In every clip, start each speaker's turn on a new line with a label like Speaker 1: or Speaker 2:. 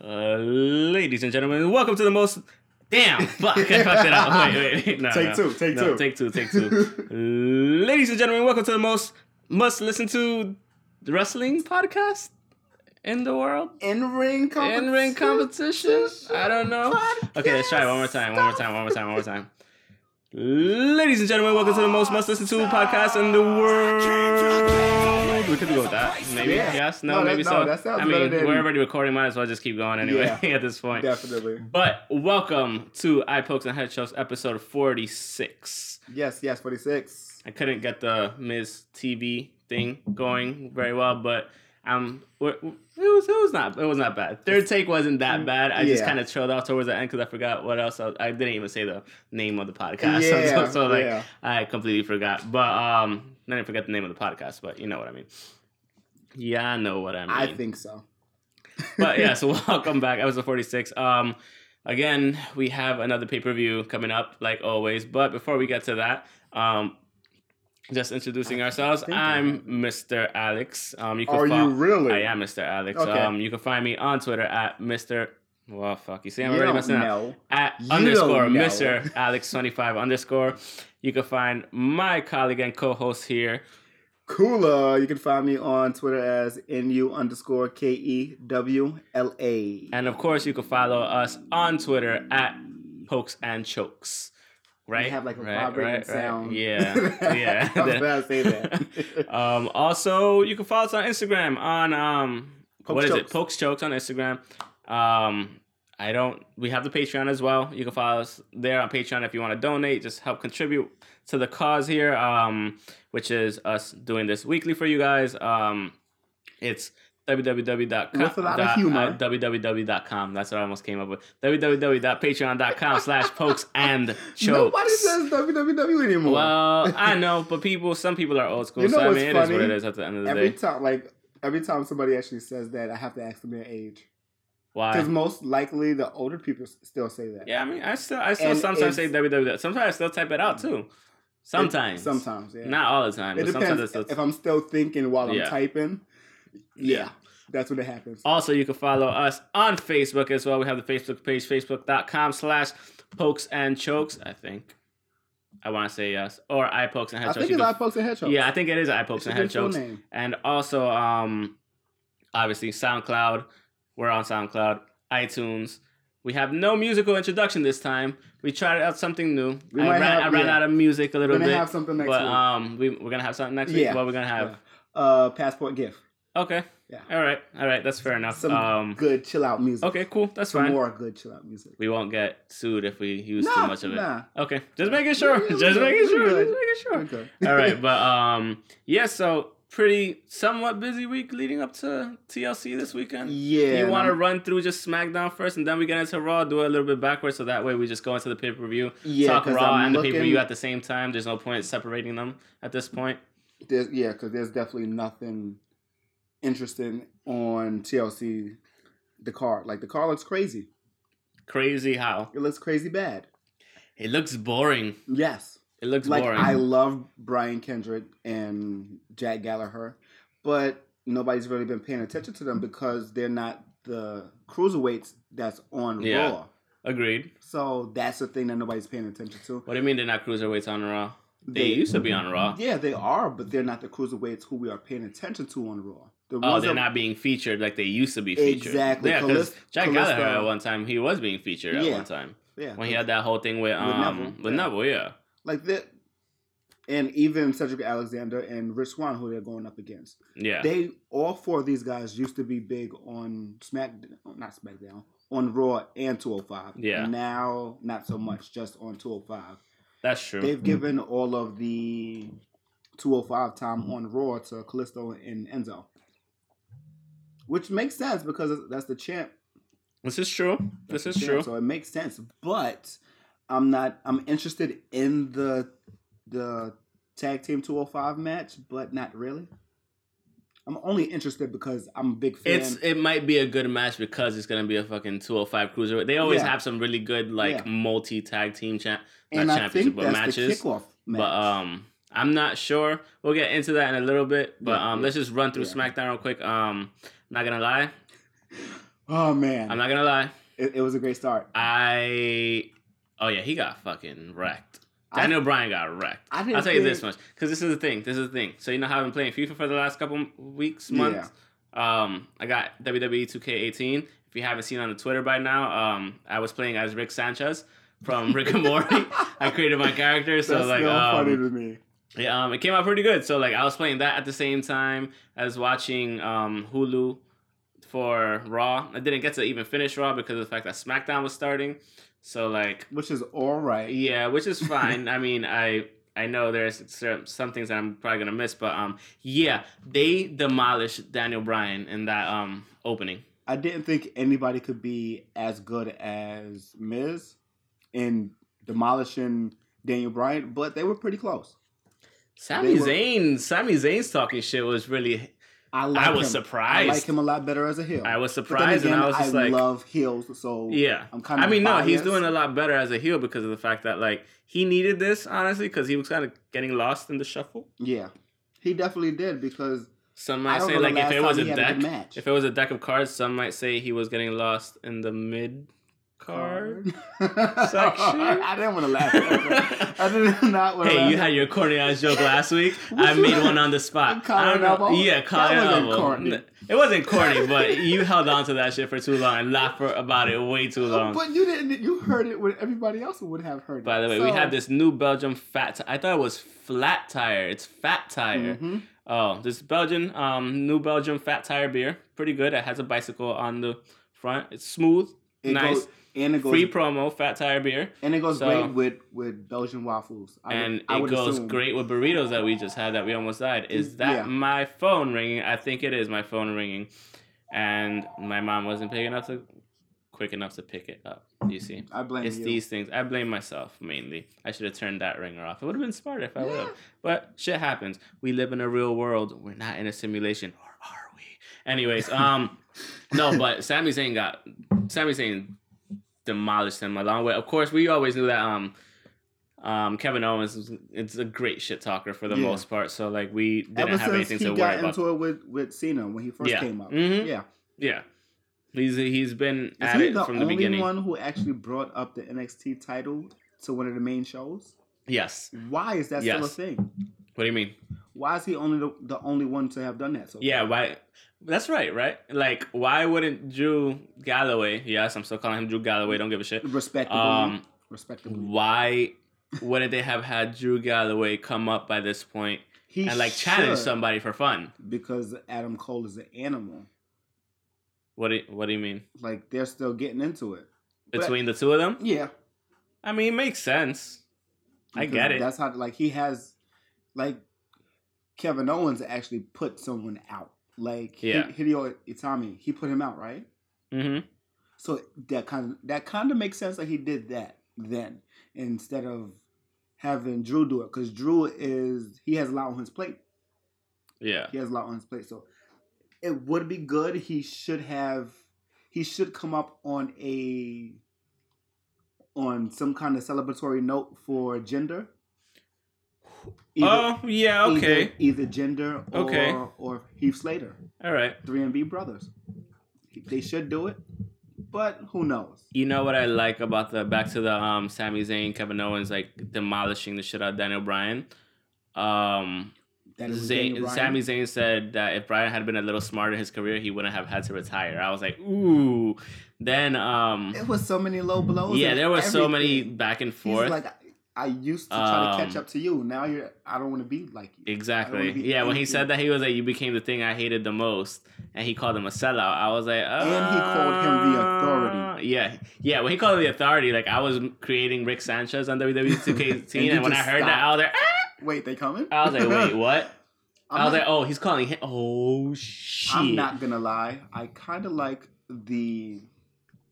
Speaker 1: Uh, ladies and gentlemen, welcome to the most. Damn, fuck, I fucked it up. Wait, wait, wait. No,
Speaker 2: Take
Speaker 1: no.
Speaker 2: two, take
Speaker 1: No,
Speaker 2: two.
Speaker 1: Take two, take two. ladies and gentlemen, welcome to the most must listen to wrestling podcast in the world.
Speaker 2: In ring competition.
Speaker 1: In ring competition? I don't know. Okay, let's try it one more time, one more
Speaker 2: Podcast.
Speaker 1: time, one more time, one more time. Ladies and gentlemen, welcome to the most must listen to podcast in the world. We could go with that. Maybe,
Speaker 2: Yeah.
Speaker 1: yes, no,
Speaker 2: No, that-
Speaker 1: maybe
Speaker 2: no,
Speaker 1: so.
Speaker 2: that sounds
Speaker 1: I
Speaker 2: better
Speaker 1: mean,
Speaker 2: than-
Speaker 1: we're already recording, might as well just keep going anyway
Speaker 2: Yeah.
Speaker 1: at this point.
Speaker 2: Definitely.
Speaker 1: But welcome to Eye Pokes and Headshots episode 46.
Speaker 2: Yes, yes, 46.
Speaker 1: I couldn't get the Ms. TV thing going very well, but um, we're- it was it was not it was not bad. Third take wasn't that bad. I just
Speaker 2: Mm, Yeah.
Speaker 1: kind of chilled out towards the end because I forgot what else. I, was- I didn't even say the name of the podcast, So-
Speaker 2: Yeah,
Speaker 1: so, so, like
Speaker 2: yeah.
Speaker 1: I completely forgot. But um, then I forgot the name of the podcast, but you know what I mean. Yeah, I know what I mean
Speaker 2: I think so.
Speaker 1: but yeah, so welcome back. Episode 46. Um, again, we have another pay per view coming up, like always. But before we get to that, um, just introducing ourselves.
Speaker 2: think I
Speaker 1: I'm Mr. Alex. Um, you can
Speaker 2: Are
Speaker 1: fol-
Speaker 2: you really?
Speaker 1: I am Mr. Alex.
Speaker 2: Okay.
Speaker 1: Um, you can find me on Twitter at Mr. Well, fuck. You see, I'm
Speaker 2: you
Speaker 1: already
Speaker 2: don't
Speaker 1: messing up.
Speaker 2: know.
Speaker 1: At
Speaker 2: You don't
Speaker 1: underscore
Speaker 2: know.
Speaker 1: Mr. Alex25 underscore. You can find my colleague and co host here.
Speaker 2: Kula, you can find me on Twitter as nu underscore k e w l a.
Speaker 1: And of course, you can follow us on Twitter at Pokes and Chokes. Right?
Speaker 2: have like a
Speaker 1: Right,
Speaker 2: vibrating
Speaker 1: right, right.
Speaker 2: sound.
Speaker 1: Yeah. Yeah.
Speaker 2: I was about to say that.
Speaker 1: um, also, you can follow us on Instagram on um,
Speaker 2: Pokes
Speaker 1: what is it?
Speaker 2: Chokes.
Speaker 1: Pokes Chokes on Instagram. Um, I don't. We have the Patreon as well. You can follow us there on Patreon if you want to donate. Just help contribute to the cause here, um, which is us doing this weekly for you guys. Um, it's www.com
Speaker 2: With a lot of
Speaker 1: dot-
Speaker 2: humor.
Speaker 1: uh, www.com. That's what I almost came up with. www.patreon.com slash pokes and chokes.
Speaker 2: Nobody says www anymore.
Speaker 1: Well, I know, but people, some people are old school.
Speaker 2: You know
Speaker 1: so I
Speaker 2: what's
Speaker 1: mean, it is what
Speaker 2: funny?
Speaker 1: it is at the end of the
Speaker 2: every
Speaker 1: day.
Speaker 2: time, like every time somebody actually says that, I have to ask them their age because
Speaker 1: Why?
Speaker 2: most likely the older people s- still say that.
Speaker 1: Yeah, I mean, I still, I still
Speaker 2: And
Speaker 1: sometimes
Speaker 2: it's-
Speaker 1: say www. Sometimes I still type it out too. Sometimes,
Speaker 2: It- sometimes, yeah.
Speaker 1: not all the time.
Speaker 2: it
Speaker 1: But sometimes I
Speaker 2: depends
Speaker 1: still.
Speaker 2: if I'm still thinking while
Speaker 1: Yeah.
Speaker 2: I'm typing. Yeah, that's when it happens.
Speaker 1: Also, you can follow us on Facebook as well. We have the Facebook page, facebook.com slash pokes and chokes, I think. I want to say yes. Or eye pokes and
Speaker 2: I
Speaker 1: head chokes.
Speaker 2: think
Speaker 1: You
Speaker 2: it's
Speaker 1: can-
Speaker 2: eye pokes and head chokes.
Speaker 1: yeah, I think it is eye
Speaker 2: It
Speaker 1: pokes
Speaker 2: should
Speaker 1: and
Speaker 2: be
Speaker 1: head
Speaker 2: full
Speaker 1: chokes.
Speaker 2: name.
Speaker 1: and also um obviously SoundCloud. We're on SoundCloud, iTunes. We have no musical introduction this time. We tried out something new.
Speaker 2: We
Speaker 1: I
Speaker 2: might
Speaker 1: ran,
Speaker 2: have-
Speaker 1: I ran
Speaker 2: yeah.
Speaker 1: out of music a
Speaker 2: We're
Speaker 1: little
Speaker 2: gonna
Speaker 1: bit,
Speaker 2: have something next
Speaker 1: but
Speaker 2: week.
Speaker 1: um, we, we're gonna have something next
Speaker 2: Yeah.
Speaker 1: week. What we're gonna have?
Speaker 2: uh, passport gift.
Speaker 1: Okay.
Speaker 2: Yeah.
Speaker 1: All right. All right. That's fair enough.
Speaker 2: Some
Speaker 1: um.
Speaker 2: good chill out music.
Speaker 1: Okay. Cool. That's
Speaker 2: Some
Speaker 1: fine.
Speaker 2: more good chill out music.
Speaker 1: We won't get sued if we use
Speaker 2: Nah,
Speaker 1: too much of it.
Speaker 2: nah.
Speaker 1: Okay. Just making sure.
Speaker 2: Yeah, yeah,
Speaker 1: Just
Speaker 2: we're
Speaker 1: making
Speaker 2: good.
Speaker 1: sure.
Speaker 2: We're
Speaker 1: Just making sure.
Speaker 2: Okay.
Speaker 1: All right, but um, yeah. So pretty somewhat busy week leading up to TLC this weekend.
Speaker 2: yeah.
Speaker 1: you want to
Speaker 2: and
Speaker 1: run through just SmackDown first, and then we get into Raw. Do it a little bit backwards, so that way we just go into the pay per view,
Speaker 2: I'm- yeah,
Speaker 1: talk
Speaker 2: 'cause
Speaker 1: Raw
Speaker 2: I'm
Speaker 1: and the
Speaker 2: looking-
Speaker 1: pay per view at the same time. There's no point separating them at this point.
Speaker 2: there's, yeah, because there's definitely nothing interesting on TLC. The card, like the card, looks crazy.
Speaker 1: Crazy how
Speaker 2: It looks crazy bad.
Speaker 1: it looks boring.
Speaker 2: Yes,
Speaker 1: It looks
Speaker 2: like
Speaker 1: boring.
Speaker 2: I love Brian Kendrick and Jack Gallagher, but nobody's really been paying attention to them because they're not the cruiserweights that's on
Speaker 1: Yeah.
Speaker 2: Raw.
Speaker 1: Agreed.
Speaker 2: So that's the thing that nobody's paying attention to.
Speaker 1: What do you mean they're not cruiserweights on Raw? They, used to be on Raw.
Speaker 2: Yeah, they are, but they're not the cruiserweights who we are paying attention to on Raw. The
Speaker 1: Oh,
Speaker 2: ones
Speaker 1: they're
Speaker 2: that-
Speaker 1: not being featured like they used to be featured.
Speaker 2: Exactly.
Speaker 1: Yeah, because
Speaker 2: Calis-
Speaker 1: Jack
Speaker 2: Callisto-
Speaker 1: Gallagher at one time he was being featured at
Speaker 2: Yeah.
Speaker 1: one time.
Speaker 2: Yeah,
Speaker 1: when he had that whole thing with um
Speaker 2: Neville,
Speaker 1: with
Speaker 2: yeah.
Speaker 1: Neville, yeah.
Speaker 2: like that, and even Cedric Alexander and Rich Swan, who they're going up against.
Speaker 1: Yeah.
Speaker 2: They all four of these guys used to be big on Smack, not SmackDown, on Raw and 205.
Speaker 1: Yeah.
Speaker 2: Now, not so much, just on 205.
Speaker 1: that's true.
Speaker 2: They've given all of the 205 time on Raw to Callisto and Enzo, which makes sense because that's the champ
Speaker 1: this is true. This is
Speaker 2: Yeah,
Speaker 1: true.
Speaker 2: So it makes sense, but I'm not. I'm interested in the the tag team 205 match, but not really. I'm only interested because I'm a big fan.
Speaker 1: It's it might be a good match because it's gonna be a fucking 205 cruiser. They always
Speaker 2: Yeah.
Speaker 1: have some really good like
Speaker 2: Yeah.
Speaker 1: multi tag team champ
Speaker 2: and
Speaker 1: not
Speaker 2: I
Speaker 1: championship,
Speaker 2: think
Speaker 1: but
Speaker 2: that's
Speaker 1: matches.
Speaker 2: the kickoff match.
Speaker 1: But um, I'm not sure. We'll get into that in a little bit. But
Speaker 2: Yeah,
Speaker 1: um,
Speaker 2: yeah.
Speaker 1: let's just run through
Speaker 2: Yeah.
Speaker 1: SmackDown real quick. Um, not gonna lie,
Speaker 2: Oh man,
Speaker 1: I'm not gonna lie.
Speaker 2: it, it was a great start.
Speaker 1: I oh yeah, he got fucking wrecked.
Speaker 2: I-
Speaker 1: Daniel Bryan got wrecked.
Speaker 2: I
Speaker 1: I
Speaker 2: didn't
Speaker 1: will tell you this
Speaker 2: think-
Speaker 1: much because this is the thing. This is the thing. So you know how I've been playing FIFA for the last couple m- weeks, months. Um, I got WWE 2K18. If you haven't seen on the Twitter by now, um, I was playing as Rick Sanchez from Rick and Morty. I created my character, so
Speaker 2: That's
Speaker 1: like
Speaker 2: still
Speaker 1: um,
Speaker 2: funny to me.
Speaker 1: yeah, um, it came out pretty good. So like I was playing that at the same time as watching um, Hulu for Raw. I didn't get to even finish Raw because of the fact that SmackDown was starting. So like
Speaker 2: Which is all right.
Speaker 1: yeah, which is fine. I mean, I I know there's cer- some things that I'm probably gonna miss, but um, yeah, they demolished Daniel Bryan in that um opening.
Speaker 2: I didn't think anybody could be as good as Miz in demolishing Daniel Bryan, but they were pretty close.
Speaker 1: Sami
Speaker 2: They were-
Speaker 1: Zayn, Sami Zayn's talking shit was really.
Speaker 2: I like
Speaker 1: I was
Speaker 2: him.
Speaker 1: surprised.
Speaker 2: I like him a lot better as a heel.
Speaker 1: I was
Speaker 2: But then
Speaker 1: surprised,
Speaker 2: again,
Speaker 1: and I was just like,
Speaker 2: love heels, so
Speaker 1: yeah.
Speaker 2: I'm kind
Speaker 1: I
Speaker 2: of.
Speaker 1: mean, no, he's
Speaker 2: biased.
Speaker 1: doing a lot better as a heel because of the fact that like he needed this honestly because he was kind of getting lost in the shuffle.
Speaker 2: Yeah, he definitely did because
Speaker 1: Some
Speaker 2: I
Speaker 1: might
Speaker 2: don't
Speaker 1: say
Speaker 2: know the
Speaker 1: like if
Speaker 2: last
Speaker 1: it
Speaker 2: time
Speaker 1: was
Speaker 2: he
Speaker 1: a
Speaker 2: had a good
Speaker 1: deck,
Speaker 2: match.
Speaker 1: if it was a deck of cards, some might say he was getting lost in the mid card. Section?
Speaker 2: I didn't want to laugh. I did not want to.
Speaker 1: Hey,
Speaker 2: laugh.
Speaker 1: you had your corny ass joke last week. I
Speaker 2: Which
Speaker 1: made
Speaker 2: one?
Speaker 1: one on the spot.
Speaker 2: Collar
Speaker 1: I
Speaker 2: and
Speaker 1: don't know.
Speaker 2: elbow?
Speaker 1: Yeah, collar
Speaker 2: That
Speaker 1: and
Speaker 2: wasn't
Speaker 1: elbow.
Speaker 2: corny.
Speaker 1: N- It wasn't corny, but you held on to that shit for too long and laughed for, about it way too long.
Speaker 2: Oh, but you didn't. You heard it when everybody else would have heard.
Speaker 1: By
Speaker 2: it.
Speaker 1: the way, we had this new Belgium fat. T- I thought it was flat tire. It's fat tire.
Speaker 2: Mhm.
Speaker 1: Oh, this Belgian, um, new Belgium fat tire beer. Pretty good. It has a bicycle on the front. It's smooth.
Speaker 2: It
Speaker 1: nice.
Speaker 2: goes- and it goes
Speaker 1: Free promo, fat tire beer.
Speaker 2: and it goes
Speaker 1: so-
Speaker 2: great with with Belgian waffles. I would-
Speaker 1: and
Speaker 2: I
Speaker 1: it
Speaker 2: would
Speaker 1: goes
Speaker 2: assume.
Speaker 1: great with burritos that we just had that we almost died. Is that
Speaker 2: Yeah.
Speaker 1: my phone ringing? I think it is my phone ringing, and my mom wasn't big enough to, quick enough to pick it up. You see,
Speaker 2: I blame
Speaker 1: it's
Speaker 2: you.
Speaker 1: these things. I blame myself mainly. I should have turned that ringer off. It would have been smarter if I would
Speaker 2: Yeah.
Speaker 1: have. But shit happens. We live in a real world. We're not in a simulation, or are we? Anyways, um, no, but Sami Zayn got Sami Zayn demolished him a long way. Of course, we always knew that um um Kevin Owens is it's a great shit talker for the
Speaker 2: Yeah.
Speaker 1: most part. So like we didn't
Speaker 2: Ever
Speaker 1: have
Speaker 2: since
Speaker 1: anything
Speaker 2: he
Speaker 1: to worry
Speaker 2: got
Speaker 1: about.
Speaker 2: into it with with Cena when he first
Speaker 1: Yeah.
Speaker 2: came up.
Speaker 1: Mhm.
Speaker 2: Yeah,
Speaker 1: yeah, he's he's been
Speaker 2: is
Speaker 1: at
Speaker 2: he
Speaker 1: it
Speaker 2: the
Speaker 1: from the
Speaker 2: only
Speaker 1: beginning.
Speaker 2: one who actually brought up the NXT title to one of the main shows?
Speaker 1: Yes.
Speaker 2: Why is that
Speaker 1: Yes.
Speaker 2: still a thing?
Speaker 1: What do you mean?
Speaker 2: Why is he only the, the only one to have done that? So
Speaker 1: Yeah, why? That's right, right? Like, why wouldn't Drew Galloway? Yes, I'm still calling him Drew Galloway. Don't give a shit.
Speaker 2: respectable,
Speaker 1: Um,
Speaker 2: respectable.
Speaker 1: why wouldn't they have had Drew Galloway come up by this point
Speaker 2: He
Speaker 1: and like challenge
Speaker 2: should,
Speaker 1: somebody for fun?
Speaker 2: because Adam Cole is an animal.
Speaker 1: What do you, What do you mean?
Speaker 2: Like they're still getting into it. But-
Speaker 1: Between the two of them,
Speaker 2: Yeah,
Speaker 1: I mean, it makes sense. I
Speaker 2: Because
Speaker 1: get it.
Speaker 2: That's how like he has like Kevin Owens actually put someone out. Like Hi-
Speaker 1: Yeah.
Speaker 2: Hideo Itami, he put him out, right?
Speaker 1: hmm
Speaker 2: So that kind of that kind of makes sense that he did that then instead of having Drew do it because Drew is he has a lot on his plate.
Speaker 1: Yeah.
Speaker 2: He has a lot on his plate, so it would be good. He should have he should come up on a on some kind of celebratory note for gender. Either-
Speaker 1: oh yeah. Okay.
Speaker 2: Either, either gender or,
Speaker 1: Okay.
Speaker 2: or Heath Slater,
Speaker 1: All right.
Speaker 2: 3MB brothers. They should do it, but who knows?
Speaker 1: You know what I like about the back to the um Sami Zayn, Kevin Owens like demolishing the shit out of Daniel Bryan. Um,
Speaker 2: That is Daniel
Speaker 1: Zayn,
Speaker 2: Bryan.
Speaker 1: Sami Zayn said that if Bryan had been a little smarter in his career, he wouldn't have had to retire. I was like, ooh. Then um,
Speaker 2: It was so many low blows.
Speaker 1: yeah,
Speaker 2: and
Speaker 1: there was so many
Speaker 2: everything.
Speaker 1: back and
Speaker 2: He's
Speaker 1: forth.
Speaker 2: like, I, I used to try to catch
Speaker 1: Um,
Speaker 2: up to you. Now you're. I don't want to be like you.
Speaker 1: Exactly.
Speaker 2: be
Speaker 1: Yeah, when he
Speaker 2: anything.
Speaker 1: said that he was like, "You became the thing I hated the most," and he called him a sellout. I was like, uh,
Speaker 2: And he called him the authority.
Speaker 1: Yeah, yeah. When he called him the authority, like I was creating Rick Sanchez on E WWE 2K18,
Speaker 2: And
Speaker 1: and,
Speaker 2: you
Speaker 1: when I
Speaker 2: just
Speaker 1: heard that, I was like, "Ah!"
Speaker 2: Wait, they coming?
Speaker 1: I was like, "Wait, what?"
Speaker 2: I'm
Speaker 1: I was
Speaker 2: not-
Speaker 1: like, "Oh, he's calling him." Oh shit!
Speaker 2: I'm not gonna lie. I kind of like the,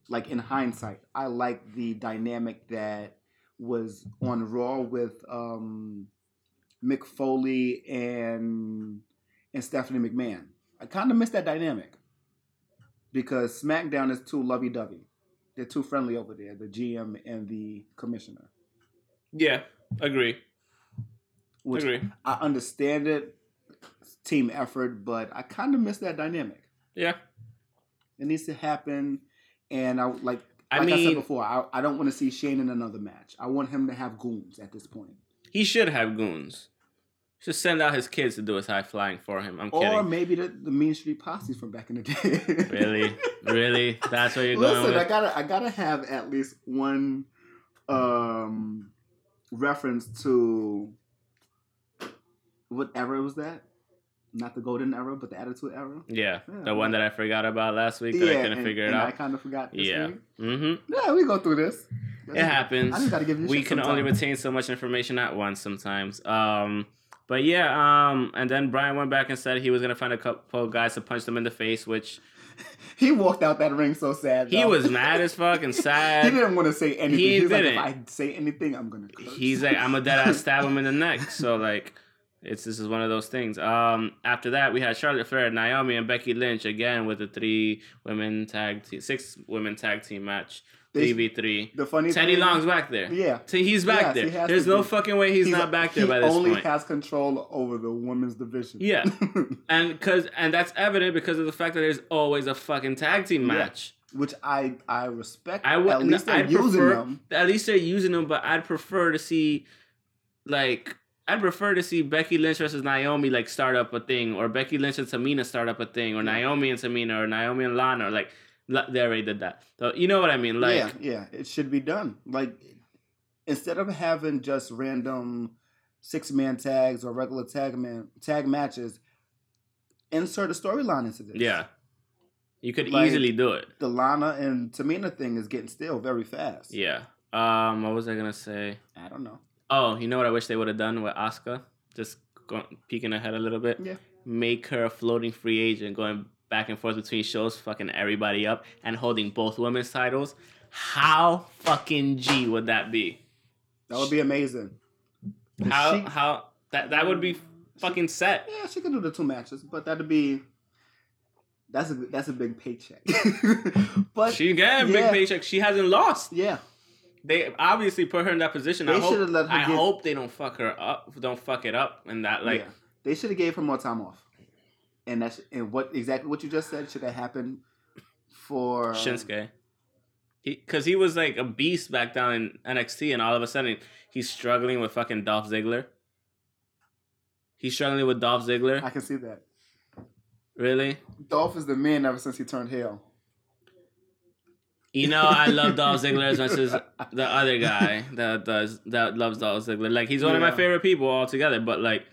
Speaker 2: like in hindsight, I like the dynamic that was on Raw with um, Mick Foley and and Stephanie McMahon. I kind of miss that dynamic because SmackDown is too lovey-dovey. They're too friendly over there. The GM and the commissioner.
Speaker 1: Yeah, agree.
Speaker 2: Which
Speaker 1: agree.
Speaker 2: I understand it, it's team effort, but I kind of miss that dynamic.
Speaker 1: Yeah,
Speaker 2: It needs to happen. And I like
Speaker 1: I
Speaker 2: like I, said
Speaker 1: mean-
Speaker 2: before, I, I don't want to see Shane in another match. I want him to have goons at this point.
Speaker 1: He should have goons. Should send out his kids to do his high flying for him. I'm
Speaker 2: Or
Speaker 1: kidding.
Speaker 2: maybe the, the Mean Street Posse from back in the day.
Speaker 1: Really, really, that's where you're going
Speaker 2: Listen, I
Speaker 1: with.
Speaker 2: gotta I gotta have at least one um reference to what era was that? Not the golden era, but the attitude era.
Speaker 1: Yeah,
Speaker 2: Yeah.
Speaker 1: the one that I forgot about last week that I couldn't
Speaker 2: Hmm. and,
Speaker 1: figure it
Speaker 2: and I
Speaker 1: out.
Speaker 2: kind of forgot. This
Speaker 1: Yeah.
Speaker 2: week.
Speaker 1: Mm-hmm.
Speaker 2: yeah, we go through this.
Speaker 1: It happens.
Speaker 2: I just gotta give you.
Speaker 1: we
Speaker 2: shit
Speaker 1: can only
Speaker 2: sometime.
Speaker 1: retain so much information at once sometimes. Um, but yeah, um, and then Brian went back and said he was gonna find a couple guys to punch them in the face, which
Speaker 2: He walked out that ring so sad.
Speaker 1: he
Speaker 2: though.
Speaker 1: was mad as fuck and
Speaker 2: He
Speaker 1: sad.
Speaker 2: didn't want to say anything. He, was
Speaker 1: didn't.
Speaker 2: like, if I say anything, I'm gonna. Curse.
Speaker 1: He's like, I'm a dead ass stab him in the neck. So like, it's this is one of those things. Um, after that we had Charlotte Flair, Naomi, and Becky Lynch again with the three women tag team, six women tag team match,
Speaker 2: They-
Speaker 1: three v three.
Speaker 2: the funny.
Speaker 1: Teddy
Speaker 2: thing-
Speaker 1: Long's back there.
Speaker 2: Yeah,
Speaker 1: T- He's back
Speaker 2: Yes, he
Speaker 1: there.
Speaker 2: has
Speaker 1: There's
Speaker 2: to
Speaker 1: no
Speaker 2: be.
Speaker 1: fucking way he's, not back there
Speaker 2: he
Speaker 1: by this
Speaker 2: only
Speaker 1: point.
Speaker 2: has control over the women's division.
Speaker 1: Yeah. And cause and that's evident because of the fact that there's always a fucking tag team
Speaker 2: Yeah.
Speaker 1: match.
Speaker 2: which I I respect.
Speaker 1: I would
Speaker 2: at least they're
Speaker 1: I'd
Speaker 2: using
Speaker 1: prefer,
Speaker 2: them.
Speaker 1: At least they're using them, but I'd prefer to see like I'd prefer to see Becky Lynch versus Naomi like start up a thing, or Becky Lynch and Tamina start up a thing, or
Speaker 2: Yeah.
Speaker 1: Naomi and Tamina, or Naomi and Lana, or like La- they already did that. So you know what I mean? Like
Speaker 2: yeah, yeah, it should be done. Like instead of having just random six man tags or regular tag man tag matches, insert a storyline into this.
Speaker 1: yeah. You could
Speaker 2: Like-
Speaker 1: easily do it.
Speaker 2: the Lana and Tamina thing is getting stale very fast.
Speaker 1: Yeah. Um, what was I gonna say?
Speaker 2: I don't know.
Speaker 1: Oh, you know what I wish they would have done with Asuka? Just go, peeking ahead a little bit.
Speaker 2: Yeah.
Speaker 1: Make her a floating free agent, going back and forth between shows, fucking everybody up, and holding both women's titles. How fucking G would that be?
Speaker 2: That would be amazing. But
Speaker 1: How
Speaker 2: she-
Speaker 1: how that that would be fucking set.
Speaker 2: yeah, she could do the two matches, but that'd be that's a that's a big paycheck. but
Speaker 1: She got a
Speaker 2: yeah.
Speaker 1: big paycheck. She hasn't lost.
Speaker 2: yeah,
Speaker 1: They obviously put her in that position. I
Speaker 2: They
Speaker 1: hope
Speaker 2: should've let her
Speaker 1: I
Speaker 2: get-
Speaker 1: hope they don't fuck her up. Don't fuck it up and that like
Speaker 2: Yeah. they should have gave her more time off. And that's and what exactly what you just said should have happened for
Speaker 1: Shinsuke. Because he, was like a beast back down in NXT, and all of a sudden he's struggling with fucking Dolph Ziggler. He's struggling with Dolph
Speaker 2: I
Speaker 1: Ziggler.
Speaker 2: can see that.
Speaker 1: Really?
Speaker 2: Dolph is the man ever since he turned heel.
Speaker 1: You know, I love Dolph Ziggler as much as the other guy that does that loves Dolph Ziggler. Like he's one of my
Speaker 2: Yeah.
Speaker 1: favorite people altogether. But like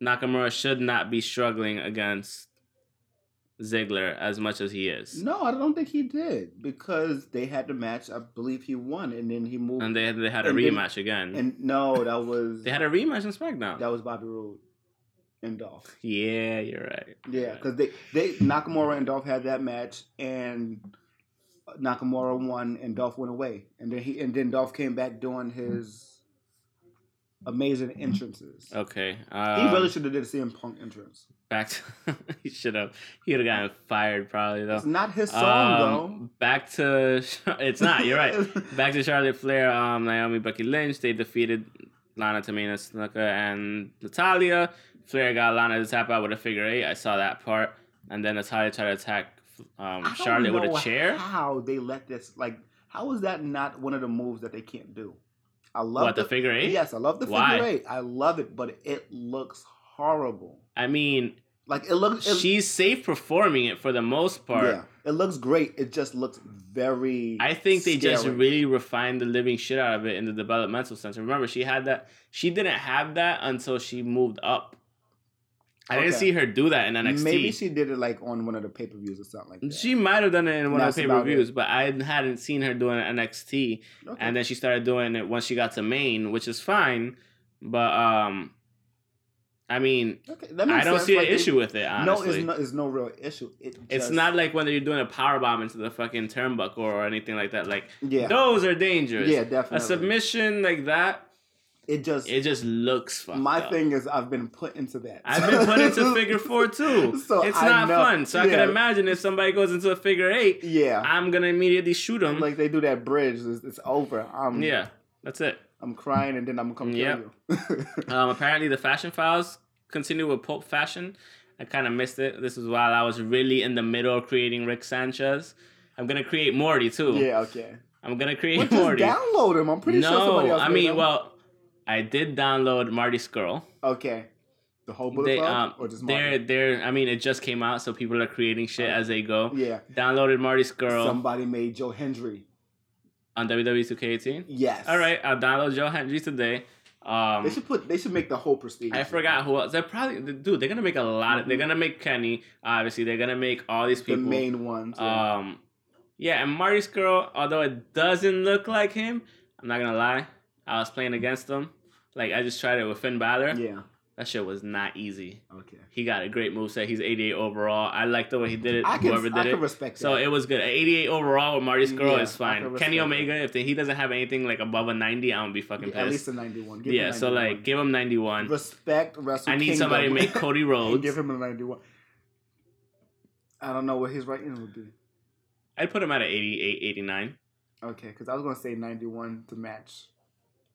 Speaker 1: Nakamura should not be struggling against Ziggler as much as he is.
Speaker 2: No, I don't think he did because they had the match. I believe he won, and then he moved.
Speaker 1: And they they had a
Speaker 2: And then-
Speaker 1: rematch again.
Speaker 2: and no, that was
Speaker 1: they had a rematch in SmackDown.
Speaker 2: that was Bobby Roode and Dolph.
Speaker 1: Yeah, you're right.
Speaker 2: Yeah, because they they Nakamura and Dolph had that match, and Nakamura won, and Dolph went away, and then he and then Dolph came back doing his amazing entrances.
Speaker 1: Okay.
Speaker 2: He
Speaker 1: Oh, Um,
Speaker 2: really should have did a CM Punk entrance.
Speaker 1: back to he should have he would have gotten fired probably though.
Speaker 2: It's not his song
Speaker 1: Um, Back to it's
Speaker 2: though.
Speaker 1: not. You're right. Um, Back to Charlotte Flair, um, Naomi, Becky Lynch. They defeated Lana, Tamina, Snuka, and Natalia. Flair got Lana to tap out with a figure eight. I saw that part, and then Natalia tried to attack
Speaker 2: I
Speaker 1: um,
Speaker 2: don't
Speaker 1: Charlotte with
Speaker 2: know
Speaker 1: a chair.
Speaker 2: How they let this like? How is that not one of the moves that they can't do? I love
Speaker 1: What the figure eight?
Speaker 2: Yes, I love the figure
Speaker 1: Why?
Speaker 2: eight. I love it, but it looks horrible.
Speaker 1: I mean,
Speaker 2: Like it looks. It,
Speaker 1: she's safe performing it for the most part.
Speaker 2: Yeah, it looks great. It just looks very.
Speaker 1: I think they just
Speaker 2: scary.
Speaker 1: really refined the living shit out of it in the developmental sense. And Remember, she had that. She didn't have that until she moved up. I didn't
Speaker 2: Okay.
Speaker 1: see her do that in NXT.
Speaker 2: Maybe
Speaker 1: she
Speaker 2: she did it like on one of the pay per views or something like that.
Speaker 1: might have done it in one
Speaker 2: That's
Speaker 1: of the pay per
Speaker 2: about it.
Speaker 1: views, but I hadn't seen her doing it in NXT.
Speaker 2: Okay.
Speaker 1: And then she started doing it once she got to Maine, which is fine. But um, I mean,
Speaker 2: okay, that
Speaker 1: I
Speaker 2: makes
Speaker 1: don't
Speaker 2: sense.
Speaker 1: see an
Speaker 2: Like, it-
Speaker 1: issue with it. Honestly,
Speaker 2: No, it's no, it's no real issue. It
Speaker 1: It's
Speaker 2: just-
Speaker 1: not like when you're doing a power bomb into the fucking turnbuckle or anything like that. Like
Speaker 2: Yeah,
Speaker 1: those are dangerous.
Speaker 2: yeah, definitely.
Speaker 1: a submission like that,
Speaker 2: It just.
Speaker 1: it just looks fucked
Speaker 2: my
Speaker 1: up.
Speaker 2: thing is, I've been put into that.
Speaker 1: I've been put into figure four too.
Speaker 2: So
Speaker 1: it's
Speaker 2: I
Speaker 1: not
Speaker 2: know-
Speaker 1: fun. So I
Speaker 2: yeah.
Speaker 1: can imagine if somebody goes into a figure eight,
Speaker 2: Yeah,
Speaker 1: I'm gonna immediately shoot them.
Speaker 2: like they do that bridge. It's, it's over. I'm
Speaker 1: yeah, that's it.
Speaker 2: I'm crying and then I'm gonna come
Speaker 1: Yep.
Speaker 2: kill you.
Speaker 1: Um, apparently, the fashion files continue with Pope fashion. I kind of missed it. This is while I was really in the middle of creating Rick Sanchez. I'm gonna create Morty too.
Speaker 2: Yeah, okay.
Speaker 1: I'm gonna
Speaker 2: Well,
Speaker 1: create
Speaker 2: just
Speaker 1: Morty.
Speaker 2: download him. I'm pretty sure somebody
Speaker 1: no,
Speaker 2: else.
Speaker 1: I
Speaker 2: made
Speaker 1: mean,
Speaker 2: him.
Speaker 1: well, I did download Marty Skrull.
Speaker 2: okay. The whole Bullet
Speaker 1: They,
Speaker 2: Club
Speaker 1: um,
Speaker 2: or just
Speaker 1: they're,
Speaker 2: Martin?
Speaker 1: they're, I mean, it just came out, so people are creating shit as they go.
Speaker 2: Uh, Yeah,
Speaker 1: Downloaded Marty Skrull
Speaker 2: somebody made Joe Hendry.
Speaker 1: on E WWE 2K18.
Speaker 2: Yes.
Speaker 1: All right, I'll download Joe Hendry today.
Speaker 2: They
Speaker 1: Um,
Speaker 2: should put. They should make the whole prestige.
Speaker 1: I forgot who else. They're probably, dude, they're gonna make a lot of, they're gonna make Kenny, obviously. They're gonna make all these
Speaker 2: Mm-hmm. the
Speaker 1: people.
Speaker 2: main ones. yeah.
Speaker 1: Um, yeah, and Marty Skrull, although it doesn't look like him, I'm not gonna lie, I was playing against him. Like I just tried it with Finn Balor.
Speaker 2: yeah.
Speaker 1: That shit was not easy.
Speaker 2: Okay.
Speaker 1: He got a great moveset. He's 88 overall. I like the way he did it.
Speaker 2: I can.
Speaker 1: whoever
Speaker 2: I
Speaker 1: did
Speaker 2: can
Speaker 1: it.
Speaker 2: respect
Speaker 1: So
Speaker 2: that.
Speaker 1: it was good. At 88 overall with Marty Skrull
Speaker 2: Yeah,
Speaker 1: is
Speaker 2: I can
Speaker 1: fine. Kenny
Speaker 2: respect
Speaker 1: Omega, if he doesn't have anything like above a 90, I would be fucking
Speaker 2: at
Speaker 1: pissed.
Speaker 2: least a 91. Give him
Speaker 1: Yeah,
Speaker 2: a
Speaker 1: so
Speaker 2: 91.
Speaker 1: like give him 91.
Speaker 2: respect Wrestle
Speaker 1: I need
Speaker 2: Kingdom.
Speaker 1: somebody to make Cody
Speaker 2: and
Speaker 1: Rhodes.
Speaker 2: give him a 91. I don't know what his rating would be.
Speaker 1: I'd put him at an 88, 89.
Speaker 2: Okay, because I was gonna say 91 to match